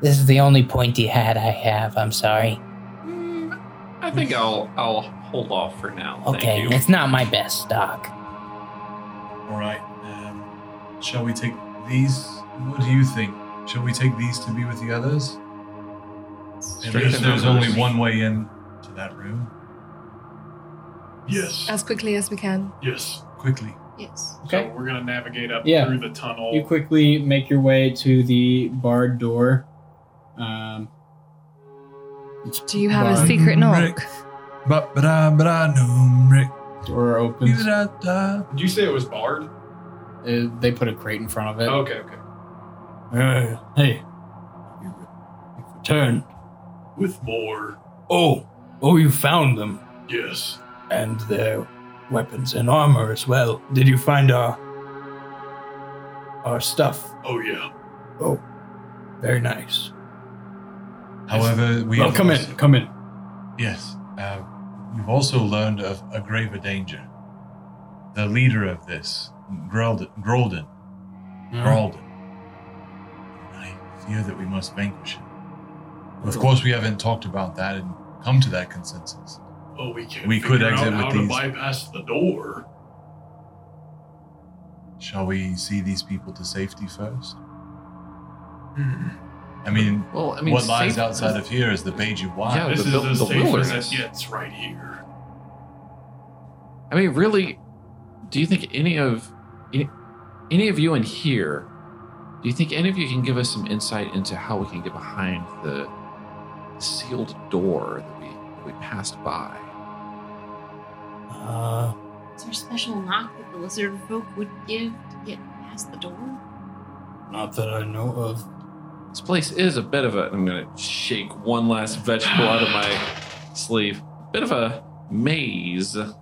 this is the only pointy hat I have. I'm sorry.
Mm, I think I'll I'll hold off for now.
Okay,
Thank you.
it's not my best stock.
All right. Um, shall we take these? What do you think? Shall we take these to be with the others? At
Strength
least
in
there's
numbers.
only one way in to that room.
yes,
As quickly as we can.
yes.
Quickly.
Yes.
Okay.
So we're gonna navigate up
Yeah.
through the tunnel.
You quickly make your way to the barred door. Um,
Do you have
Bye.
a secret knock?
But but I but I know Rick.
door opens.
Da, da.
Did you say it was barred?
Uh, they put a crate in front of it.
Okay, okay.
Uh, hey, you returned.
With more,
Oh, oh, you found them
yes.
and their weapons and armor as well. Did you find our our stuff?
Oh yeah.
Oh, very nice.
However, we
Well,
have
come in,
also-
come in.
Yes. Uh, we've also learned of a graver danger. The leader of this, Grelden, Grolden, Grolden. I fear that we must vanquish him. Of course, we haven't talked about that and come to that consensus.
Oh, we can.
We could exit with
how
these.
to bypass the door.
Shall we see these people to safety first? I mean,
Hmm. Well, I mean,
what lies
safe-
outside of here is the page of wine.
Yeah,
This
the
is
wil-
as
the
safe as
wilderness.
it gets right here.
I mean, really, do you think any of any, any of you in here? Do you think any of you can give us some insight into how we can get behind the sealed door that we that we passed by?
Uh,
Is there a special knock that the lizard folk would give to get past the door?
not that I know of.
This place is a bit of a. I'm gonna shake one last vegetable out of my sleeve. Bit of a maze.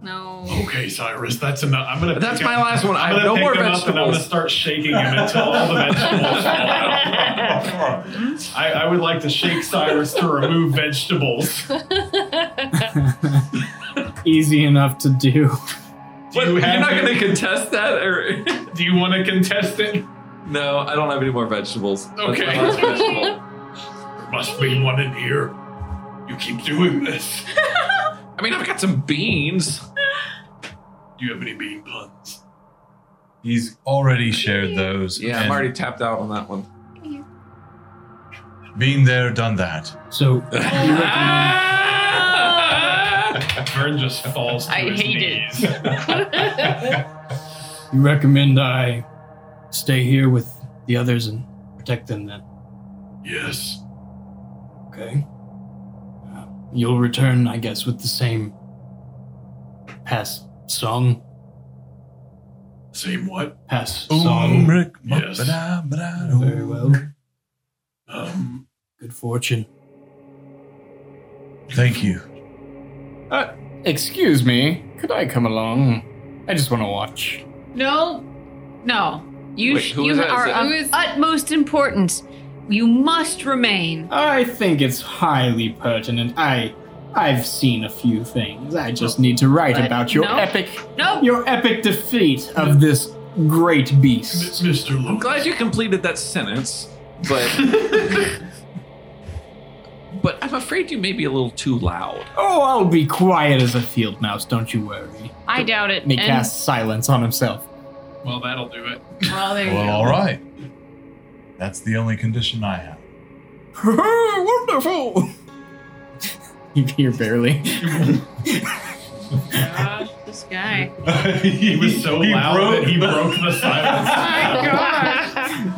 No.
Okay, Cyrus, that's enough. I'm gonna.
That's
pick
my
up-
last one. I
I'm
have
gonna
no
pick
more
them up and I'm
vegetables.
gonna start shaking him until all the vegetables fall out. I, I would like to shake Cyrus to remove vegetables. Do
Easy enough to do.
What,
you
you're
have
not
it?
going to contest that, or
Do you want to contest it?
no? I don't have any more vegetables. That's my
Okay.
last vegetable.
There must be one in here. You keep doing this.
I mean, I've got some beans.
Do you have any bean puns?
He's already shared those.
Yeah, I'm
and
already tapped out on that one.
Been there, done that.
So
Ah!
Vern just falls to
I
his
hate it.
knees.
you recommend I stay here with the others and protect them then?
yes.
Okay. Uh, you'll return, I guess, with the same pass song.
Same what?
Pass
Boom,
song.
Rick, ma-
Yes.
ba-da, ba-da, boom.
Very well.
Um,
Good fortune.
Thank you.
Uh, excuse me, could I come along? I just want to watch.
No, no. You,
Wait,
sh-
who
you
is that? Is
are
that-
of
Who is-
utmost importance. You must remain.
I think it's highly pertinent. I, I've seen a few things. I just need to write
But
about your
no.
epic,
No,
your epic defeat of this great beast.
Mr.
I'm
Lord.
glad you completed that sentence, but but I'm afraid you may be a little too loud.
Oh, I'll be quiet as a field mouse. Don't you worry.
I doubt it.
And he
And-
casts silence on himself.
Well, that'll do it.
well, there you
Well, all
go.
right. That's the only condition I have.
Wonderful. you hear barely.
Gosh, this guy.
He was so loud
broke-
that he broke the silence.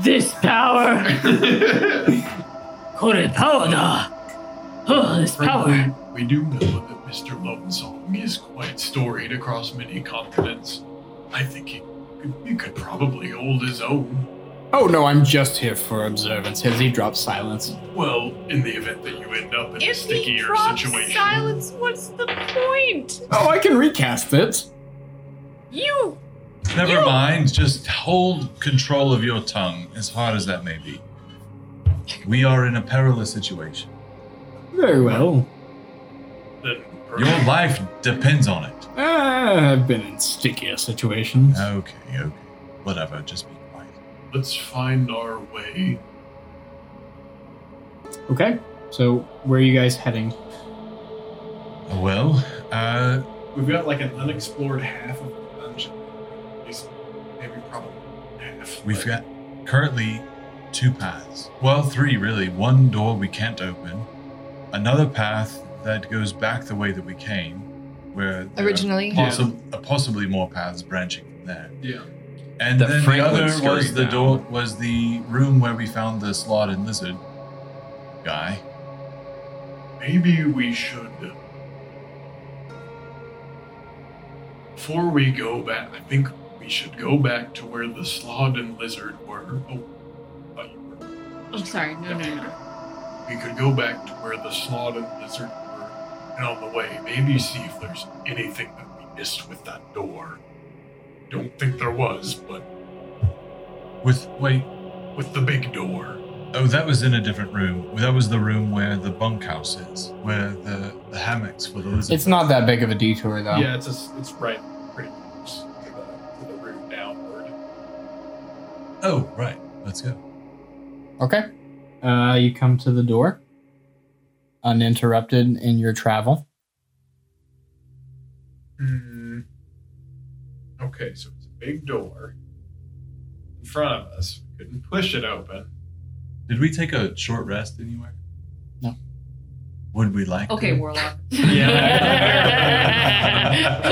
This power. Call it power now. Oh, this power.
We do know that Mr. Lonesong is quite storied across many continents. I think he, he could probably hold his own.
Oh no, I'm just here for observance. As he drops silence.
Well, in the event that you end up in a
If he
stickier
drops
situation.
silence, what's the point?
Oh, I can recast it.
You
Never mind. Just hold control of your tongue, as hard as that may be. We are in a perilous situation.
Very well.
Then
Your life depends on it.
Ah, I've been in stickier situations.
Okay, okay. Whatever. Just be quiet.
let's find our way.
Okay, so where are you guys heading?
Well, uh,
We've got like an unexplored half of the dungeon. At least maybe probably half.
we've got
but-
currently two paths. Well, three really. One door we can't open. Another path that goes back the way that we came, where there are
Originally.
possi- uh, possibly more paths branching from there.
Yeah.
And
That
then the
Franklin's
other was
going
the
down.
door was the room where we found the slot and lizard guy.
Maybe we should. Before we go back, I think we should go back to where the slod and lizard were. Oh, I thought you were.
I'm Oh, sorry, no, no, no.
We could go back to where the slod and lizard were, and on the way, maybe see if there's anything that we missed with that door. Don't think there was, but
With wait,
with the big door.
oh that was in a different room. That was the room where the bunkhouse is, where the, the hammocks for the lizard.
It's not that big of a detour, though.
Yeah, it's a, it's right pretty close to the, to the route downward.
Oh right, let's go.
Okay. Uh, you come to the door, uninterrupted in your travel.
Hmm. Okay, so it's a big door in front of us. We couldn't push it open.
Did we take a short rest anywhere?
No.
Would we like?
Okay,
to?
warlock.
Yeah.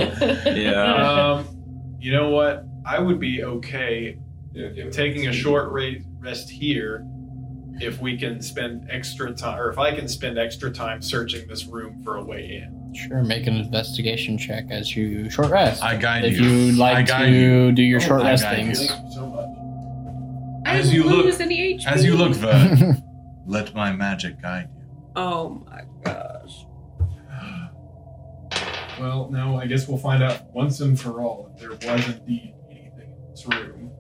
Um, you know what? I would be okay if taking a short ra- rest here if we can spend extra time, or if I can spend extra time searching this room for a way in.
Sure, make an investigation check as you short rest.
I guide
if
you.
you'd
I
like
guide
to
you.
do your
Oh,
short
I
rest
guide you.
things.
Thank you so much.
I
As you
didn't
look-
lose any HP.
As you look,
Uh,
Vern, let my magic guide you.
Oh my gosh.
Well, no, I guess we'll find out once and for all if there was indeed anything in this room.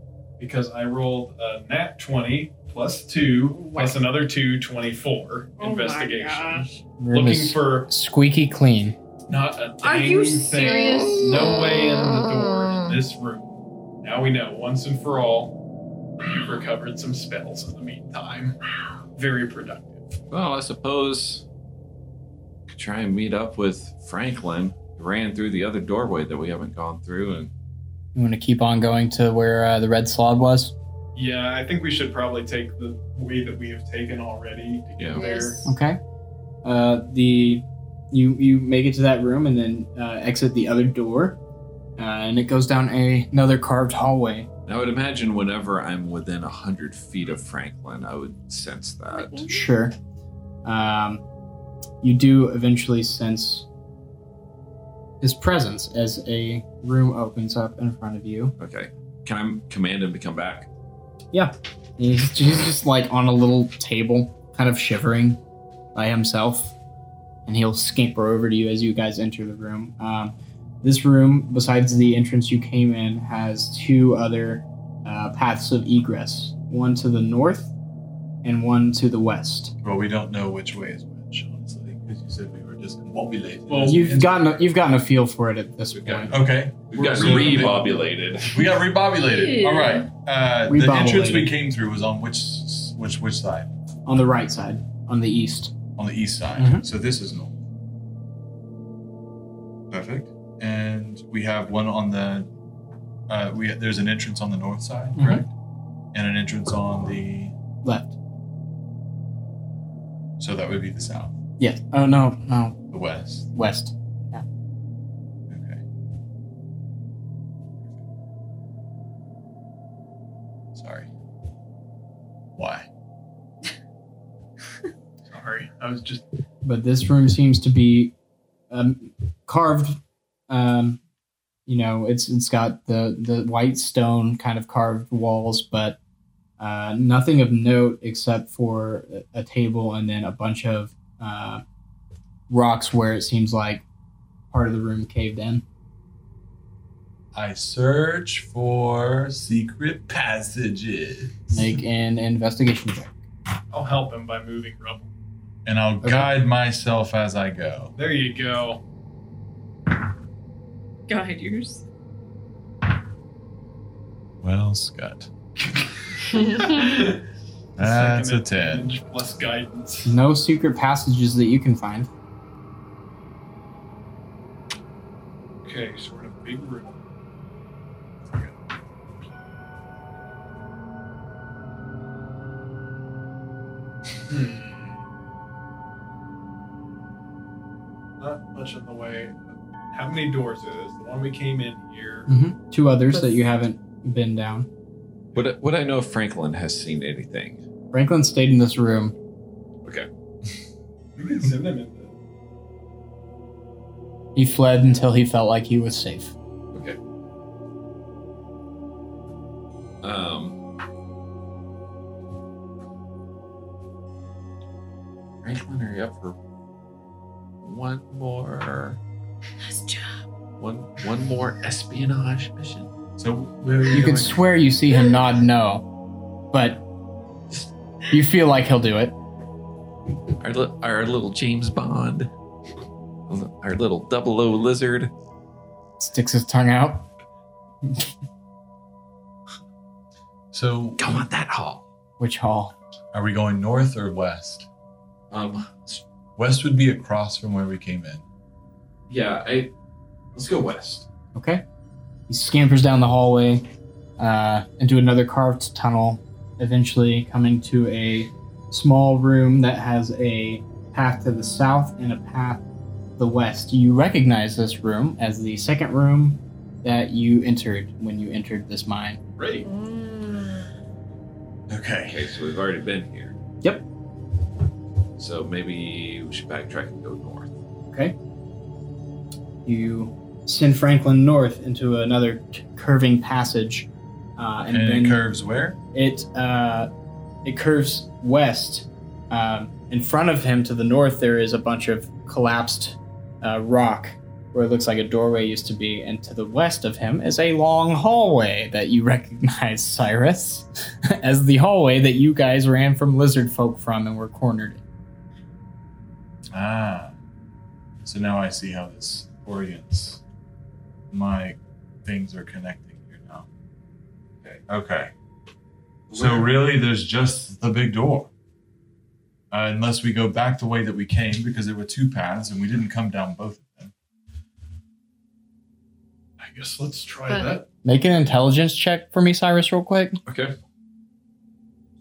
Because I rolled a nat 20 plus 2 plus another 2, 24
Oh my
investigation.
gosh.
Room
Looking
is
for
squeaky clean.
not a
Are
dang
you
thing.
serious?
No way in the door in this room. Now we know once and for all that you've recovered some spells in the meantime. Very productive.
Well, I suppose I could try and meet up with Franklin. He ran through the other doorway that we haven't gone through, and
You want to keep on going to where uh, the red slod was?
Yeah, I think we should probably take the way that we have taken already to get
Yeah.
there.
Okay. Uh, the you you make it to that room and then uh, exit the other door, uh, and it goes down a, another carved hallway.
I would imagine whenever I'm within a hundred feet of Franklin, I would sense that.
Sure. Um, you do eventually sense his presence as a room opens up in front of you.
Okay, can I command him to come back?
He's, he's just like on a little table, kind of shivering by himself. and he'll scamper over to you as you guys enter the room. Um, this room, besides the entrance you came in, has two other uh, paths of egress one to the north and one to the west.
Well, we don't know which way is which, honestly, because you said we were just combobulated.
Well,
You've gotten a, you've gotten a feel for it at this
We've
point.
got- Oh, okay.
We've got
We're-
rebobulated.
We got rebobulated. All right. Uh, the
Rebobulated.
entrance we came through was on which s- which which side?
On the right side, on the east.
On the east side.
Mhm.
So this is normal. Perfect. And we have one on the. Uh, we there's an entrance on the north side,
Mhm.
correct? And an entrance on the.
Left.
So that would be the south,
Yes. Oh no, no,
the west.
west.
Okay. Sorry. Why?
Sorry, I was just
But this room seems to be um, carved. Um, you know, it's it's got the the white stone kind of carved walls, but uh, nothing of note except for a- a table and then a bunch of uh, rocks where it seems like part of the room caved in.
I search for secret passages.
Make an investigation check.
I'll help him by moving rubble.
And I'll guide myself as I go.
There you go.
Go ahead, yours.
Well, Scott.
Second
Ah, That's a 10.
advantage Plus guidance.
No secret passages that you can find.
Okay, so we're in a big room. Hmm. Not much in the way. How many doors is this? The one we came in here.
Two others that you haven't been down.
Would, would I know if Franklin has seen anything?
Franklin stayed in this room.
We can send him in the
He fled until he felt like he was safe.
Um, Franklin, are you up for one more? One one more espionage mission?
So, where are
You could swear you see him nod no, but you feel like he'll do it.
Our li- our little James Bond, our little Double O lizard.
Sticks his tongue out.
so,
Go on that hall.
Which hall?
are we going north or west?
Um,
West would be across from where we came in.
yeah, I let's go west.
Okay. He scampers down the hallway uh, into another carved tunnel, eventually coming to a small room that has a path to the south and a path to the west. You recognize this room as the second room that you entered when you entered this mine.
Great.
Mm.
Okay.
Okay, so we've already been here.
Yep.
So maybe we should backtrack and go north.
You send Franklin north into another t- curving passage, uh, and,
And,
then
it curves where?
it uh, it curves west. Um, in front of him, to the north, there is a bunch of collapsed uh, rock where it looks like a doorway used to be, and to the west of him is a long hallway that you recognize, Cyrus, as the hallway that you guys ran from lizard folk from and were cornered. in.
Ah. So now I see how this orients. My things are connecting here now. Okay. Okay. So really, there's just the big door. Uh, unless we go back the way that we came, because there were two paths and we didn't come down both of them.
I guess let's try
But-
that.
Make an intelligence check for me, Cyrus, real quick.
Okay.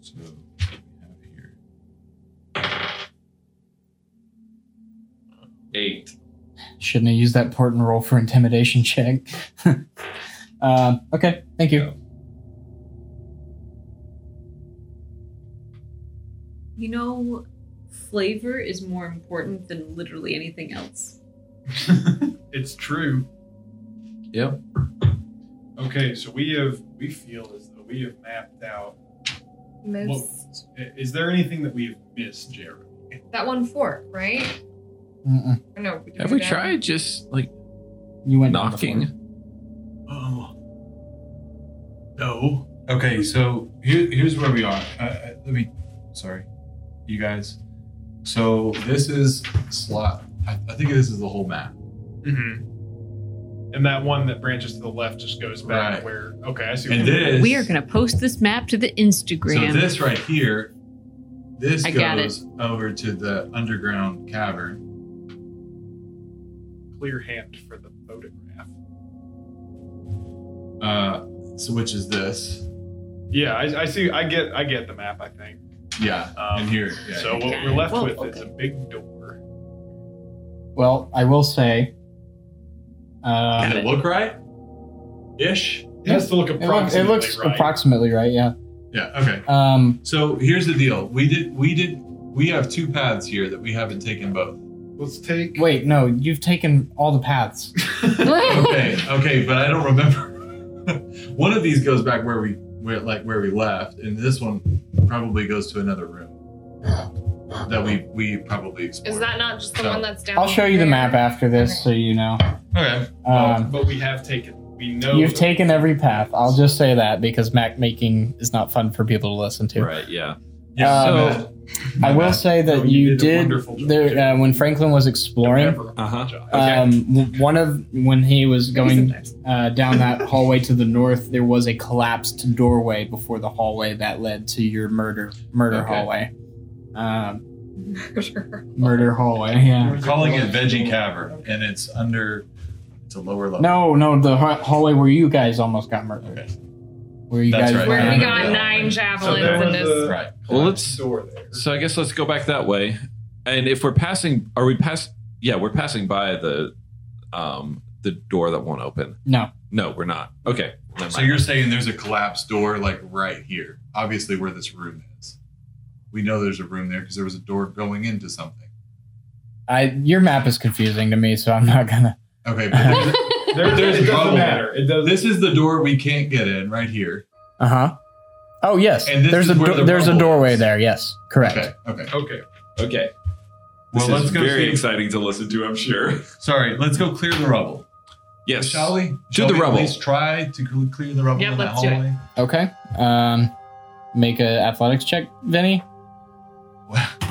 So we have here.
Eight.
Shouldn't have used that port and roll for intimidation check. um, okay, thank you.
You know, flavor is more important than literally anything else.
It's true.
Yep.
Okay, so we have we feel as though we have mapped out.
Most.
Most. I- Is there anything that we have missed, Jared?
That one fort, right?
Mm-mm.
No. do
Have we
that.
tried just like
You went down before.
knocking?
Oh. No. Okay, so here, here's where we are. Uh, uh, let me. Sorry, you guys. So this is slot. I, I think this is the whole map.
Mm-hmm. And that one that branches to the left just goes back
Right.
where. Okay, I see. What
And
you're-
this.
We are going to post this map to the Instagram.
So this right here, this
I got
goes over to the underground cavern.
clear hand for the photograph.
Uh, so which is this?
Yeah, I, I see. I get. I get the map. I think.
Yeah,
Um,
and here. Yeah.
so what
Okay.
we're left
Well,
with is
okay.
a big door.
Well, I will say. Uh,
Did it look right? Ish.
It has to look
it, look,
approximately
it looks
right.
approximately right, yeah.
Yeah. Okay.
Um,
So here's the deal. We did. We did. We have two paths here that we haven't taken both.
Let's take.
wait, no, you've taken all the paths.
okay, okay, but I don't remember. one of these goes back where we where like where we left, and this one probably goes to another room that we we probably explored.
Is that not just the
So-
one that's down?
I'll show you the
there?
map after this so you know.
okay?
Well,
Um,
but we have taken. We know
you've
that-
taken every path. I'll just say that because map making is not fun for people to listen to.
Right, yeah.
Yeah.
Um,
so
I will say that
No,
you,
you did a
did,
wonderful job.
there, uh, when Franklin was exploring.
Ever.
Uh-huh.
Job.
Um, w- one of when he was going
Sometimes.
uh, down that hallway to the north, there was a collapsed doorway before the hallway that led to your murder murder
Okay.
hallway. Um, murder hallway, yeah.
we're calling it Veggie Cavern, and it's under it's a lower level.
No, no, the ha- hallway where you guys almost got murdered.
Okay.
Where you
That's
guys
right.
were
Where we
Yeah.
got
Yeah.
nine
So
javelins
there
and
was
this.
a
Right.
Well, let's.
door there.
So I guess let's go back that way. And if we're passing, are we pass? Yeah, we're passing by the, um, the door that won't open.
No.
No, we're not. Okay. never
So
mind.
you're saying there's a collapsed door like right here, obviously where this room is. We know there's a room there because there was a door going into something.
I your map is confusing to me, so I'm not gonna.
Okay, but there's-
There,
There's
it doesn't
rubble.
matter. It does.
This is the door we can't get in right here.
Uh huh. Oh yes,
And this
there's
is
a
where
do-
the
there's a
rubble
doorway
is.
there. Yes, correct.
Okay. Okay.
Okay.
okay.
Well,
this
let's
is
go
very
see-
exciting to listen to. I'm sure.
Sorry. Let's go clear the rubble.
Yes.
Shall we?
Do
Shall
the
we
rubble.
At least try to cl- clear the rubble
Yeah,
in that
let's do it.
hallway.
Okay. Um, make a athletics check, Vinny.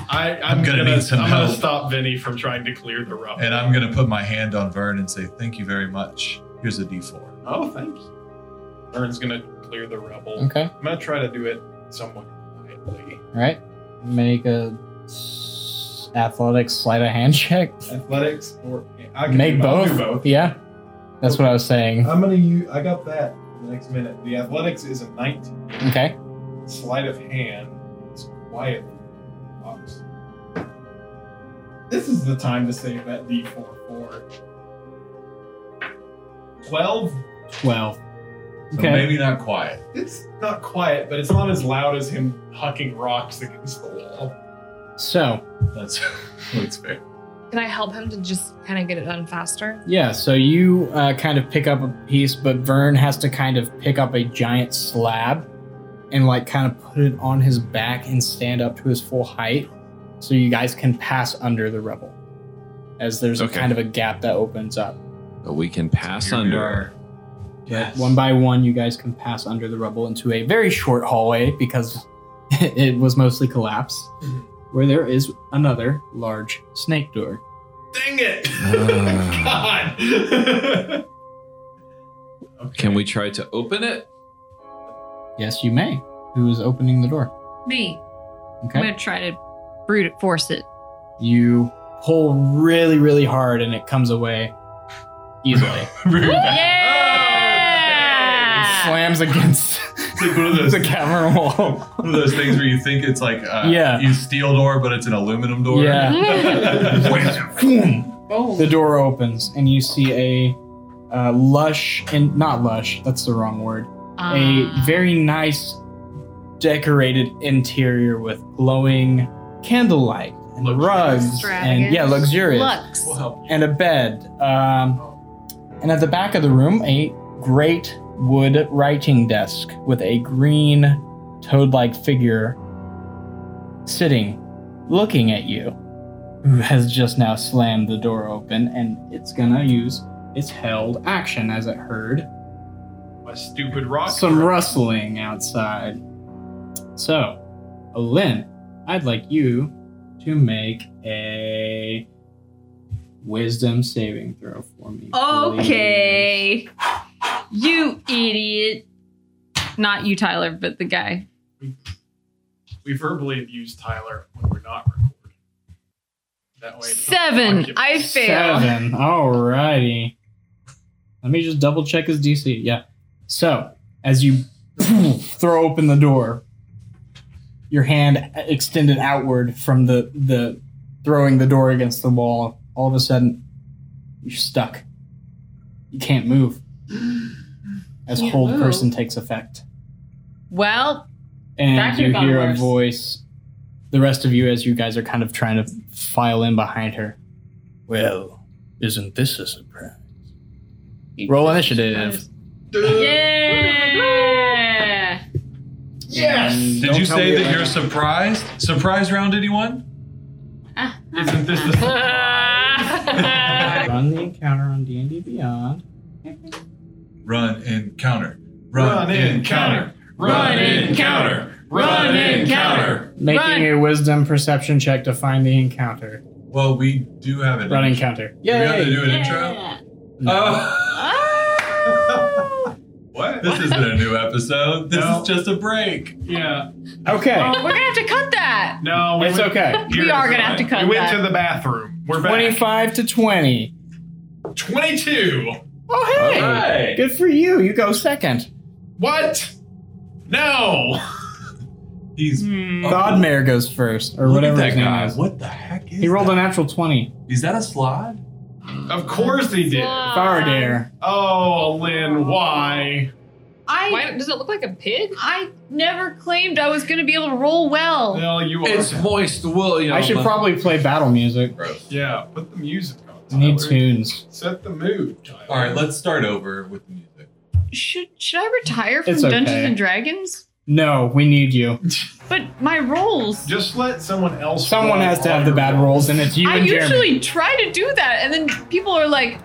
I, I'm,
I'm gonna need some
I'm gonna
help.
stop Vinny from trying to clear the rubble.
And I'm gonna put my hand on Vern and say, "Thank you very much." Here's a D4.
Oh, thank you. Vern's gonna clear the rubble.
Okay.
I'm gonna try to do it somewhat quietly.
All right. Make a s- athletics sleight of hand check.
Athletics or I can
Make
do- I'll
both.
do both.
Yeah. That's what I was saying.
I'm gonna use. I got that in the next minute. The athletics is a 19.
Okay.
Sleight of hand. It's quiet. Box. This is the time to save that D4 for 12.
Twelve.
So
Okay.
Maybe not quiet.
It's not quiet, but it's not as loud as him hucking rocks against the wall.
So
That's that's fair.
Can I help him to just kind of get it done faster?
yeah, so you uh, kind of pick up a piece, but Vern has to kind of pick up a giant slab and like kind of put it on his back and stand up to his full height, so you guys can pass under the rubble, as there's
Okay.
a kind of a gap that opens up.
But we can pass
Here we
under.
are.
But
Yes.
one by one, you guys can pass under the rubble into a very short hallway because it was mostly collapsed, where there is another large snake door.
Dang it!
Ah.
God!
Can we try to open it?
Yes, you may. Who is opening the door?
Me. I'm
Okay.
going to try to brute force it.
You pull really, really hard, and it comes away easily. It
Yeah!
slams against
It's like one of those
the cavern wall.
one of those things where you think it's like uh,
Yeah.
you steel door, but it's an aluminum door.
Yeah.
Oh.
The door opens, and you see a uh, lush and not lush. That's the wrong word.
Ah.
a
Uh,
very nice decorated interior with glowing candlelight and
Luxurious.
rugs and yeah luxurious
Lux.
We'll help you.
and a bed um, and at the back of the room a great wood writing desk with a green toad-like figure sitting looking at you who has just now slammed the door open, and it's gonna use its held action as it heard
My stupid rock.
some rustling outside. So, Lynn, I'd like you to make a wisdom saving throw for me.
Okay. You idiot. Not you, Tyler, but the guy.
we verbally abuse Tyler when we're not recording. That way. it's not
Seven.
like-
I
please.
fail.
Seven. Alrighty. Let me just double check his DC. Yeah. So, as you throw open the door, your hand extended outward from the the throwing the door against the wall, all of a sudden you're stuck. You can't move. As
Can't
hold
move.
person takes effect.
Well, That
And
could've
you
gone
hear a
worse.
voice, the rest of you, as you guys are kind of trying to file in behind her.
Well, isn't this a surprise?
Roll initiative.
yeah.
Yes.
And
Did
don't
you
tell
say
me
that
about
you're
it.
surprised? Surprise round, anyone?
Isn't this
Uh-huh.
the?
Run the encounter on D&D Beyond.
Run and counter.
Run and counter. Run and counter. Run and counter.
Making
Run.
a wisdom perception check to find the encounter.
Well, we do have an
Run encounter.
Do we have to do an intro?
Yeah.
Oh.
What?
This isn't a new episode. This
No.
is just a break.
Yeah.
Okay.
We're gonna have to cut that.
No. We
It's
went-
okay.
We are going to have to cut
We went
that.
to the bathroom. We're back.
25 to 20.
22.
Oh, hey!
Alright.
Good for you. You go second.
What? No.
He's
Hmm.
Godmare goes first, or
Oh. Look at
whatever
that
his name
guy.
is.
What the heck is
He rolled
that?
a natural 20.
Is that a slod?
Of course he did.
Uh,
Faradare.
Oh, Lynn, why?
I,
Why does it look like a pig?
I never claimed I was going to be able to roll well.
No, you are.
It's moist William.
I should probably play battle music.
Gross.
yeah, put the music on.
I need
Tyler.
tunes.
Set the mood, Tyler.
All right, let's start over with the music.
Should should I retire from
It's okay.
Dungeons and Dragons?
No, we need you.
But my rolls.
Just let someone else.
Someone
roll
has to have
all
the
your
bad rolls, and it's you
I
and
usually
Jeremy.
try to do that, and then people are like,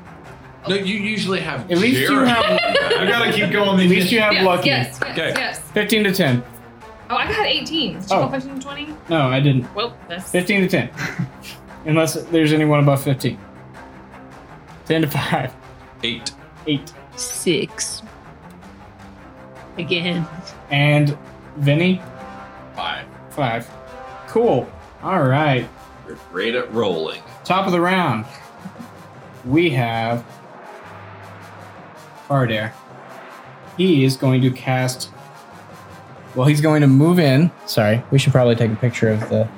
No, you usually have.
At least you
Jared.
have.
We gotta keep going.
At least you have
yes,
lucky.
yes, yes,
Okay.
yes.
15 to 10.
Oh, I got 18. Did you
Oh.
roll 15 and 20?
No, I didn't.
Well, that's
15 to 10. Unless there's anyone above 15. 10 to 5.
eight.
8.
six. Again.
And Vinny?
Five.
5. Cool. All right.
You're great at rolling.
Top of the round. We have Ardare. He is going to cast. Well, he's going to move in. Sorry. We should probably take a picture of the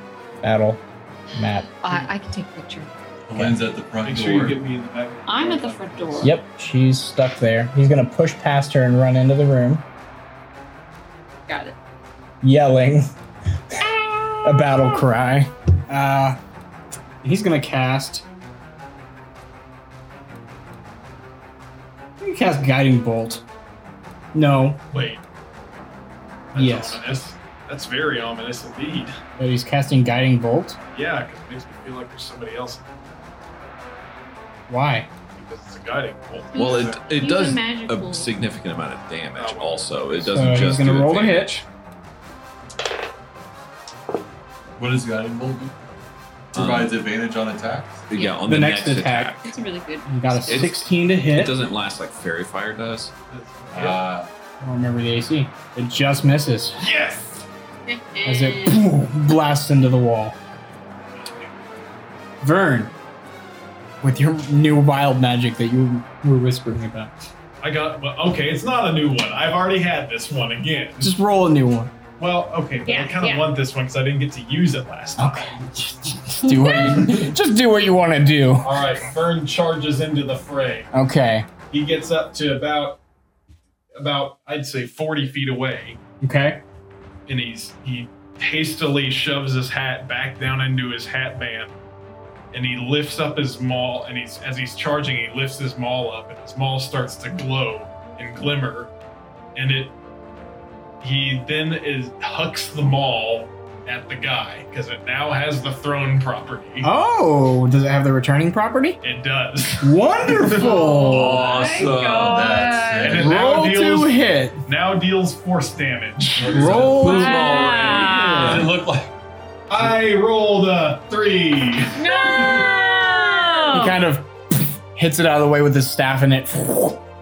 battle map.
I, I can take a picture.
Lynn's at the front
Make
door.
sure you get me in the back.
I'm at the front door.
Yep, she's stuck there. He's going to push past her and run into the room.
Got it.
yelling a battle cry. Uh, he's gonna cast. He cast guiding bolt. No,
Wait. That's
Yes.
Ominous. That's very ominous indeed.
but he's casting guiding bolt.
Yeah, because it makes me feel like there's somebody else
Why?
because it's a guiding bolt.
Well, it it
He's
does
a
a
magical-
significant amount of damage.
Oh.
Also, it
So
doesn't
he's
just.
gonna
do
roll a
advantage.
hit.
What does guiding bolt do? Provides advantage on attacks.
Yeah, on
The
the,
next attack.
It's a really good.
He got a
It's-
16 to
It
hit. I
doesn't last like fairy fire does.
Uh,
don't remember the AC. It just misses
yes.
as it boom, blasts into the wall. Vern, with your new wild magic that you were whispering about,
I got. Well, okay, it's not a new one. I've already had this one again.
just roll a new one.
Well, okay, but I
Yeah,
kind of
yeah.
want this one because I didn't get to use it last time.
Okay. Just do what you, just do what you want to do.
All right, Fern charges into the fray.
Okay.
He gets up to about, about I'd say forty feet away,
Okay.
and he's he hastily shoves his hat back down into his hat band, and he lifts up his maul. And he's as he's charging, he lifts his maul up, and his maul starts to glow and glimmer, and it. He then is hucks the maul at the guy because it now has the throne property.
Oh, does it have the returning property?
It does.
Wonderful.
Awesome.
And
That's
it
it.
now
Roll to
deals,
hit.
now deals force damage.
Roll.
Boom
Does it
Wow.
look like?
I rolled a three.
He
No!
kind of hits it out of the way with his staff, and it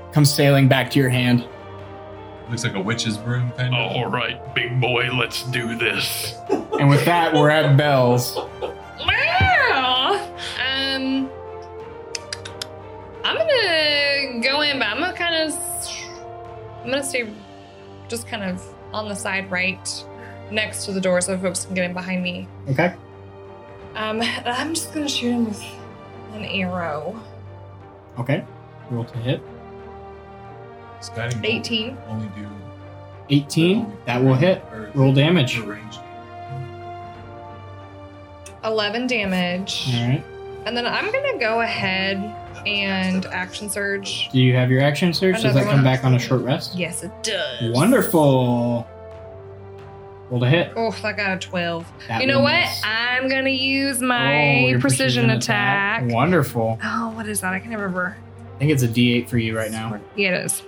comes sailing back to your hand.
Looks like a witch's broom kind of.
Oh, All right, big boy, let's do this.
And with that, we're at bells.
Wow. Um, I'm gonna go in, but I'm gonna kind of, I'm gonna stay, just kind of on the side right, next to the door, so folks can get in behind me.
Okay.
Um, and I'm just gonna shoot him with an arrow.
Okay. Roll to hit.
Oh.
Does guiding bolt
18.
Only do.
18. That will hit.
or is
Roll
it
damage.
ranged?
11 damage.
All right.
And then I'm gonna go ahead and action surge.
Do you have your action surge? Does that
Another
come
one.
back on a short rest?
Yes, it does.
Wonderful. Roll to hit.
Oh, I got a 12.
That
you know
will
what?
miss.
I'm gonna use
Oh,
my
your
precision, attack.
Wonderful.
Oh, what is that? I can never remember.
I think it's a D8 for you right now.
Yeah, it is.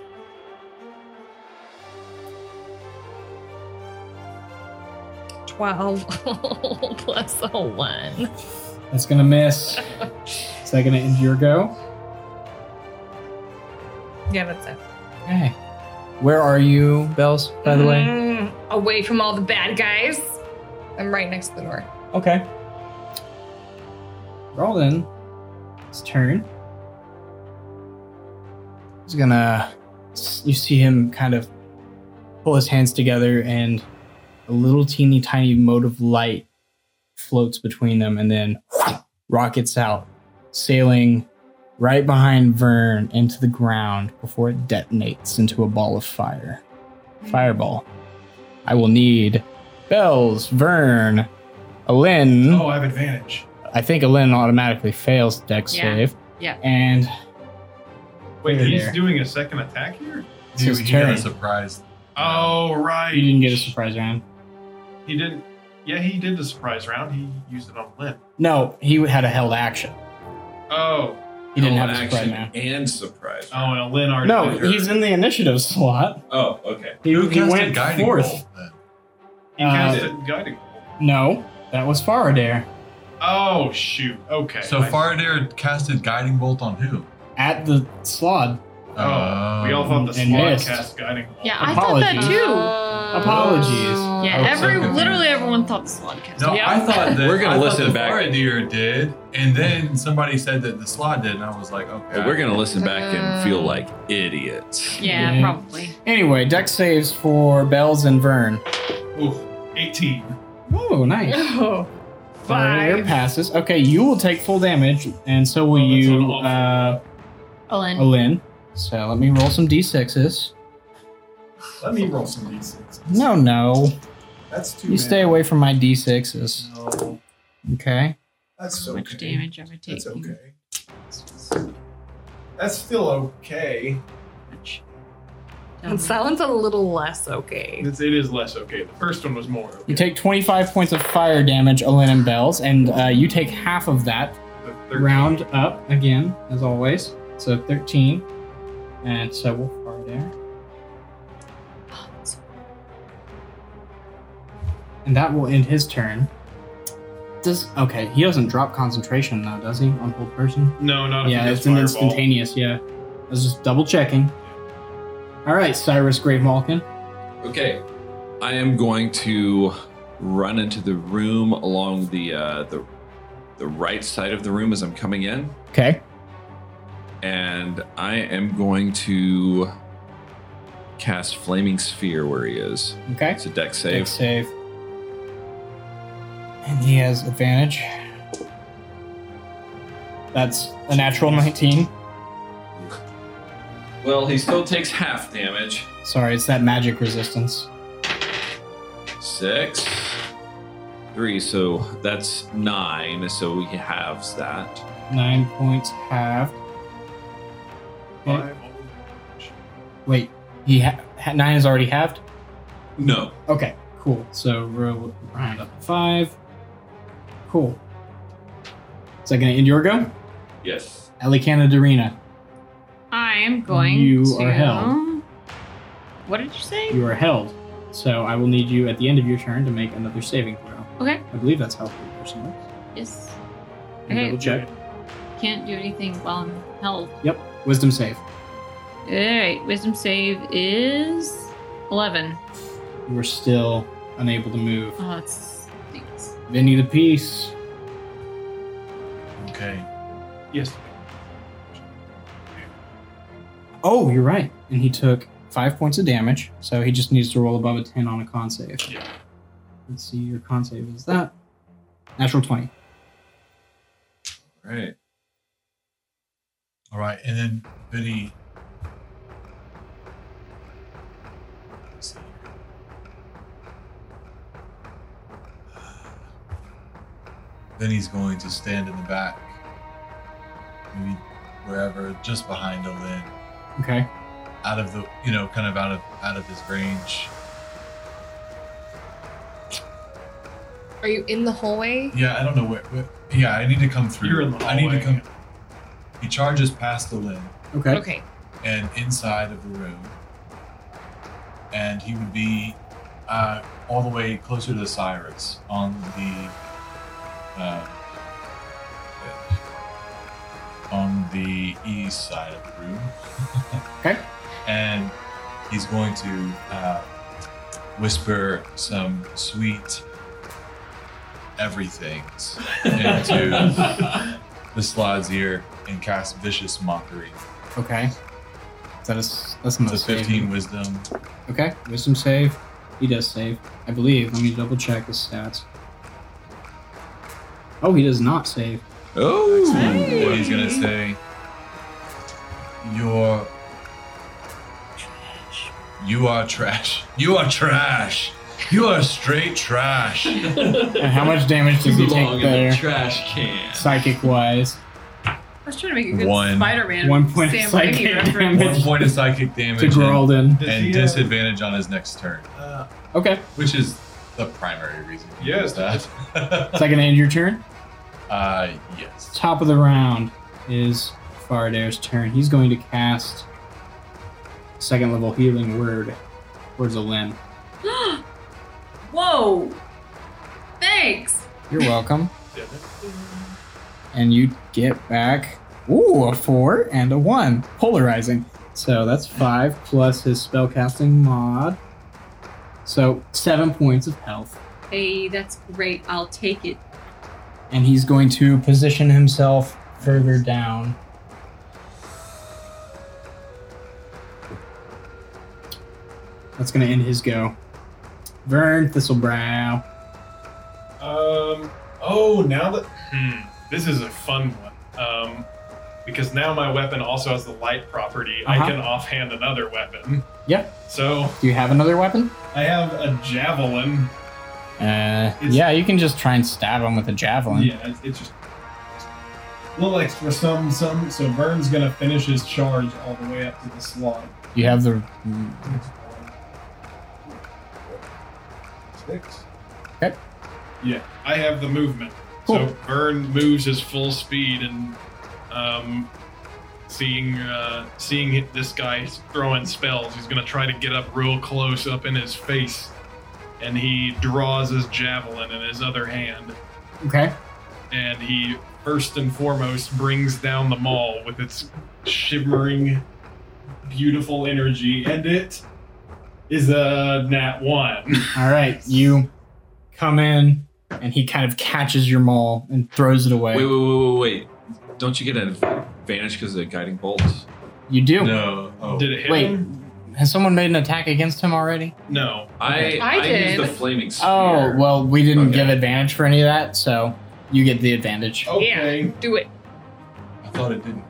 Twelve plus a one.
That's gonna miss. Is that gonna end your go?
Yeah, that's it.
Okay. Where are you, Bells?
By the way,
Mm, away from all the bad guys. I'm right next to the door.
okay.
Roland, his turn. He's gonna. You see him kind of pull his hands together, and a little teeny tiny mote of light floats between them, and then rockets out, sailing right behind Vern into the ground before it detonates into a ball of fire. Fireball. I will need Bells, Vern, Alin.
Oh, I have advantage.
I think Alen automatically fails Dex
Yeah.
save.
Yeah.
And
Wait,
You're
he's
there.
doing a second attack here?
it's his
You got
turn.
a surprise.
Oh, right.
You didn't get a surprise round.
He didn't. Yeah, he did the surprise round. He used it on Lynn.
No, he had a held action.
Oh,
He didn't have a
action
surprise round.
and surprise.
oh, and Lynn already.
No,
did her.
he's in the initiative slot.
Oh, okay.
He,
Who
he
casted
went
guiding
fourth.
bolt then?
he
uh,
casted guiding.
No, that was Faraday.
Oh shoot. Okay.
So
I-
Faradir casted guiding bolt on who? Um,
At the slot.
Oh, we all thought the
um, And
slot
missed.
cast guiding. bolt.
Yeah, I thought that
Apologies.
too.
Oh.
Apologies.
Yeah,
Oh,
every
okay.
literally everyone thought the slot cast.
No, I thought that
We're gonna
I thought
listen
that
back.
Faradir did, and then somebody said that the slot did, and I was like, okay.
But we're gonna listen back and feel like idiots.
Yeah,
Yeah.
probably.
Anyway, Dex saves for Bells and Vern.
Ooh, 18.
Oh, nice.
Oh,
Faraday passes. Okay, you will take full damage, and so will
Oh, that's an
you,
awful-
uh,
Ellen.
Alin. So let me roll some d6s.
Let me roll some d6s.
No, no.
that's too.
You
many.
stay away from my d6s.
No,
Okay.
that's
How much damage am I taking?
That's okay. That's still okay.
Down.
sounds a little less okay.
It's, it is less okay. The first one was more. Okay.
You take 25 points of fire damage, Alin and Bells, and uh, you take half of that.
The 13.
Round up again, as always. So 13. And so we'll far there. And that will end his turn. Does okay? He doesn't drop concentration though, does he? On whole person.
No, not if
yeah,
it
it's
gets
an
fireball.
instantaneous. Yeah, I was just double checking. All right, Cyrus Grave Malkin.
Okay. I am going to run into the room along the uh, the the right side of the room as I'm coming in,
Okay.
and I am going to cast flaming sphere where he is.
Okay.
It's a deck
Deck
save.
save. And he has advantage. That's a natural 19.
Well, he still takes half damage.
Sorry, it's that magic resistance.
Six, three. So that's nine. So he halves that.
Nine points halved.
Five.
Wait, he ha- ha- nine is already halved.
No,
Okay, Cool. So roll round up to five. Cool. Is that going to end your go?
Yes.
Alicana Darina,
I am going
You
to.
are held.
What did you say?
you are held. So I will need you at the end of your turn to make another saving throw.
Okay.
I believe that's how three person works.
Yes.
Can you Double check.
Can't do anything while I'm held.
Wisdom save.
All right. Wisdom save is eleven.
You are still unable to move.
Oh, it's stinks.
Vinny the Peace.
Okay.
Yes.
Oh, you're right. And he took five points of damage, so he just needs to roll above a 10 on a con save.
Yeah.
Let's see, your con save is that. Natural 20.
Right. All right, and then Vinny. Let's see here. Vinny's going to stand in the back, maybe wherever, just behind Olin,
Okay.
out of the, you know, kind of out of out of his range.
Are you in the hallway?
Yeah, I don't know where. where yeah, I need to come through.
You're in the
I need to
hallway.
come. He charges past Olin.
Okay.
Okay.
and inside of the room. And he would be uh, all the way closer to Cyrus on the uh, on the east side of the room.
Okay.
And he's going to uh, whisper some sweet everythings into the slod's ear and cast vicious mockery.
Okay. That is that's
It's
not
a
saving.
15 wisdom.
Okay. Wisdom save. He does save, I believe. Let me double check his stats. Oh, he does not save.
Oh.
What he's gonna say? You're. You are trash. You are trash. You are straight trash.
And how much damage does he take
Belong in the
there?
trash can.
Psychic wise.
I was trying to make a good
One.
Spider-Man
One point of
Sam
psychic
Raimi reference.
One
damage
point of psychic
to
damage and,
Geraldin.
Does
and
he, uh,
disadvantage on his next turn,
uh,
Okay.
which is the primary reason. he
Yes.
does That.
Is that gonna end your turn?
uh, yes.
top of the round is Faradair's turn. He's going to cast second level healing word towards a limb.
Whoa! Thanks.
You're welcome.
yeah,
and you get back ooh, a four and a one. Polarizing. So that's five plus his spellcasting mod. So seven points of health.
Hey, that's great. I'll take it.
And he's going to position himself further down. That's gonna end his go. Vern Thistlebrow.
Um. Oh, now that hmm, this is a fun one. Um, because now my weapon also has the light property.
Uh-huh.
I can offhand another weapon.
Yeah.
So
Do you have another weapon?
I have a javelin.
Uh, yeah, you can just try and stab him with a javelin.
Yeah, it's, it's just a little extra some some. So Vern's gonna finish his charge all the way up to the slot.
You have the.
Six.
Okay.
Yeah, I have the movement.
Cool.
So Vern moves his full speed and um, seeing uh, seeing this guy throwing spells, he's gonna try to get up real close up in his face, and he draws his javelin in his other hand,
Okay.
and he first and foremost brings down the mall with its shimmering, beautiful energy, and it is a nat one.
All right. You come in, and he kind of catches your maul and throws it away.
Wait, wait, wait, wait, wait. Don't you get an advantage because of the guiding bolt?
You do.
No. Oh.
Did it hit
Wait.
him?
Has someone made an attack against him already?
No.
I,
I did.
used the flaming spear.
Oh, well, we didn't
Okay.
give advantage for any of that, so you get the advantage.
Okay.
Do it.
I thought it didn't.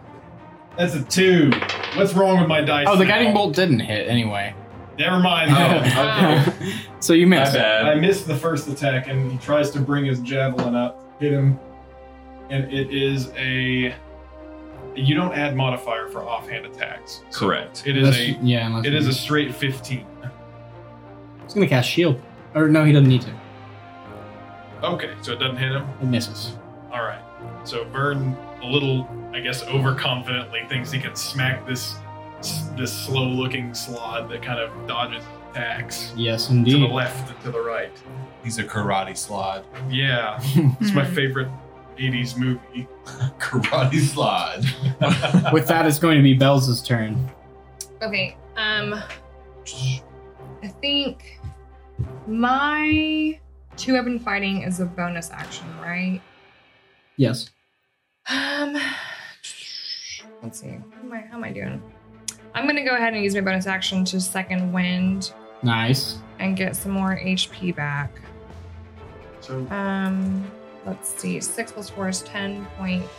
That's a two. What's wrong with my dice?
Oh, the
now?
guiding bolt didn't hit anyway.
Never mind.
Oh. okay.
so you
My
missed.
bad.
I missed the first attack, and he tries to bring his javelin up, hit him, and it is a. You don't add modifier for offhand attacks.
Correct.
It is
That's-
a.
yeah, unless
It is a straight fifteen.
It's gonna cast shield. Or no, he doesn't need to.
Okay, so it doesn't hit him.
It misses.
All right. So Vern, a little, I guess, overconfidently thinks he can smack this this slow-looking slod that kind of dodges attacks
Yes,
to the
indeed.
left and to the right.
He's a karate slod.
Yeah, it's my favorite '80s movie.
Karate slod.
With that, it's going to be Bells' turn.
Okay. Um, I think my two weapon fighting is a bonus action, right?
Yes.
Um, let's see. How am I, how am I doing? I'm gonna go ahead and use my bonus action to second wind
Nice.
and get some more HP back.
So
Um, let's see. Six plus four is ten points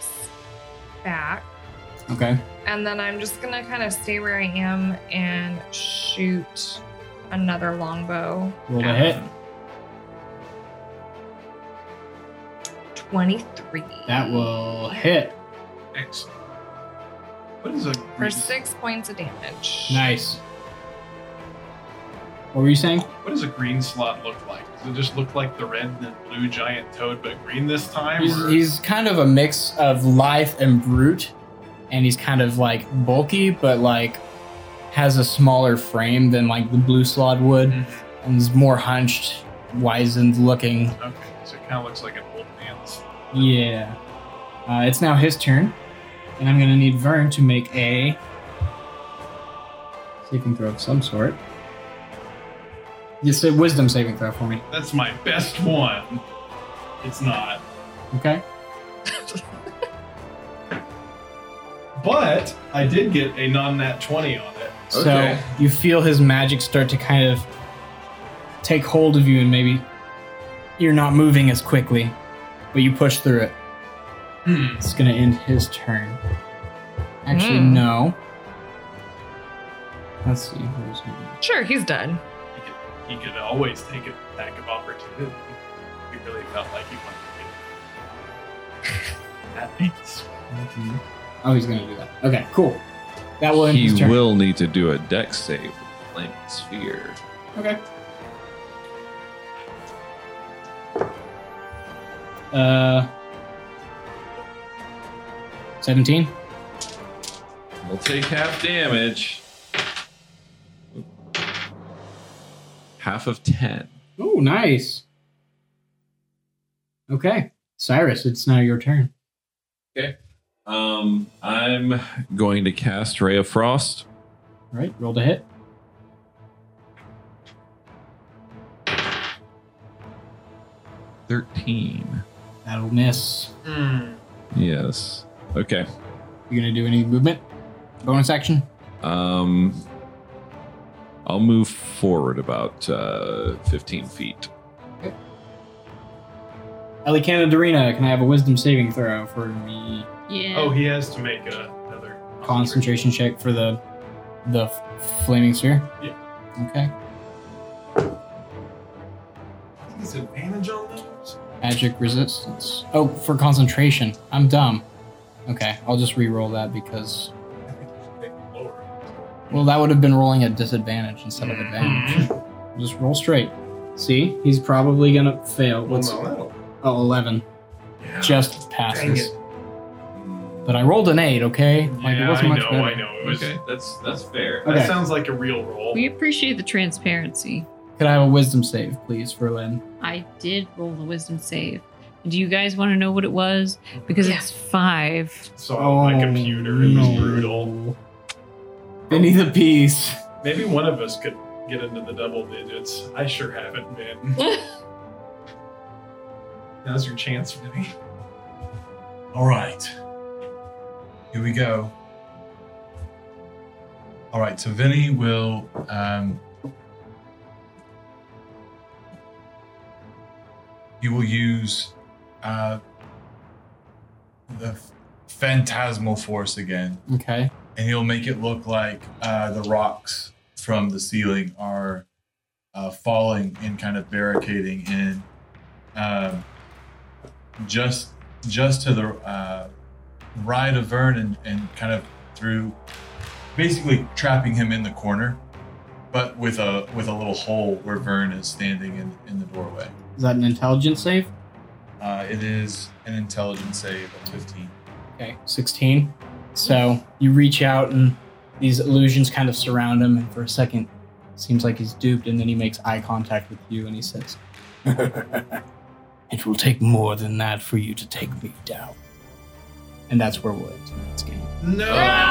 back.
Okay.
And then I'm just gonna kind of stay where I am and shoot another longbow.
Roll to
at
hit.
him. 23.
That will hit.
excellent. What is a
For
great,
six points of damage.
Nice. What were you saying?
what does a green slot look like? Does it just look like the red and blue giant toad, but green this time?
He's,
or-
he's kind of a mix of life and brute, and he's kind of like bulky, but like has a smaller frame than like the blue slod would,
Mhm.
and is more hunched, wizened looking.
Okay, so it kind of looks like an old man's.
Yeah. Uh, it's now his turn, and I'm gonna need Vern to make a saving throw of some sort. You say wisdom saving throw for me,
That's my best one. It's not.
okay?
But I did get a non nat 20 on it.
So
Okay.
you feel his magic start to kind of take hold of you, and maybe you're not moving as quickly, but you push through it.
Hmm.
It's gonna end his turn. Actually,
Hmm.
no. Let's see. Where's he?
Sure, he's done.
He could, he could always take an attack of opportunity. He really felt like he wanted to take it. That beats.
Oh, he's gonna do that. Okay, cool. That will end his
he
turn.
will need to do a deck save with the flaming sphere.
Okay. Uh, seventeen.
We'll take half damage. Half of 10.
Oh, nice. Okay, Cyrus, it's now your turn.
Um, I'm going to cast Ray of Frost.
All right, roll to hit.
Thirteen.
That'll miss.
Yes. Okay.
You gonna do any movement? Bonus action.
Um, I'll move forward about uh, fifteen feet.
Alicana Darina, can I have a Wisdom saving throw for me?
Yeah.
Oh, he has to make a, another
concentration check for the the f- flaming sphere.
Yeah.
Okay.
Is advantage on those?
Magic resistance. Oh, for concentration. I'm dumb. Okay, I'll just re-roll that because
I think you should take them lower.
well, that would have been rolling at disadvantage instead of advantage. Just roll straight. See, he's probably gonna fail. What's
Well, no,
oh, 11.
Yeah.
Just
Dang
passes.
it.
But I rolled an eight. Okay. Like, it
yeah,
wasn't
I
much
know,
better.
I know. It was,
that's that's fair.
That
Okay.
sounds like a real roll.
We appreciate the transparency.
Could I have a wisdom save, please, for Lynn?
I did roll the wisdom save. Do you guys want to know what it was? Because it's five.
Saw it on my
Oh,
computer. It was
no.
brutal.
Benny the Beast.
Maybe one of us could get into the double digits. I sure haven't been. Now's your chance, Vinny.
All right. Here we go. All right, so Vinny will um he will use uh the phantasmal force again
Okay.
and he'll make it look like uh the rocks from the ceiling are uh falling and kind of barricading in um just just to the uh, right of Vern and, and kind of through, basically trapping him in the corner. but with a with a little hole where Vern is standing in, in the doorway.
Is that an intelligence save?
Uh, it is an intelligence save of 15.
Okay, 16. So you reach out, and these illusions kind of surround him, and for a second, it seems like he's duped, and then he makes eye contact with you, and he says,
It will take more than that for you to take me down.
and that's where we'll end tonight's game.
No! Oh.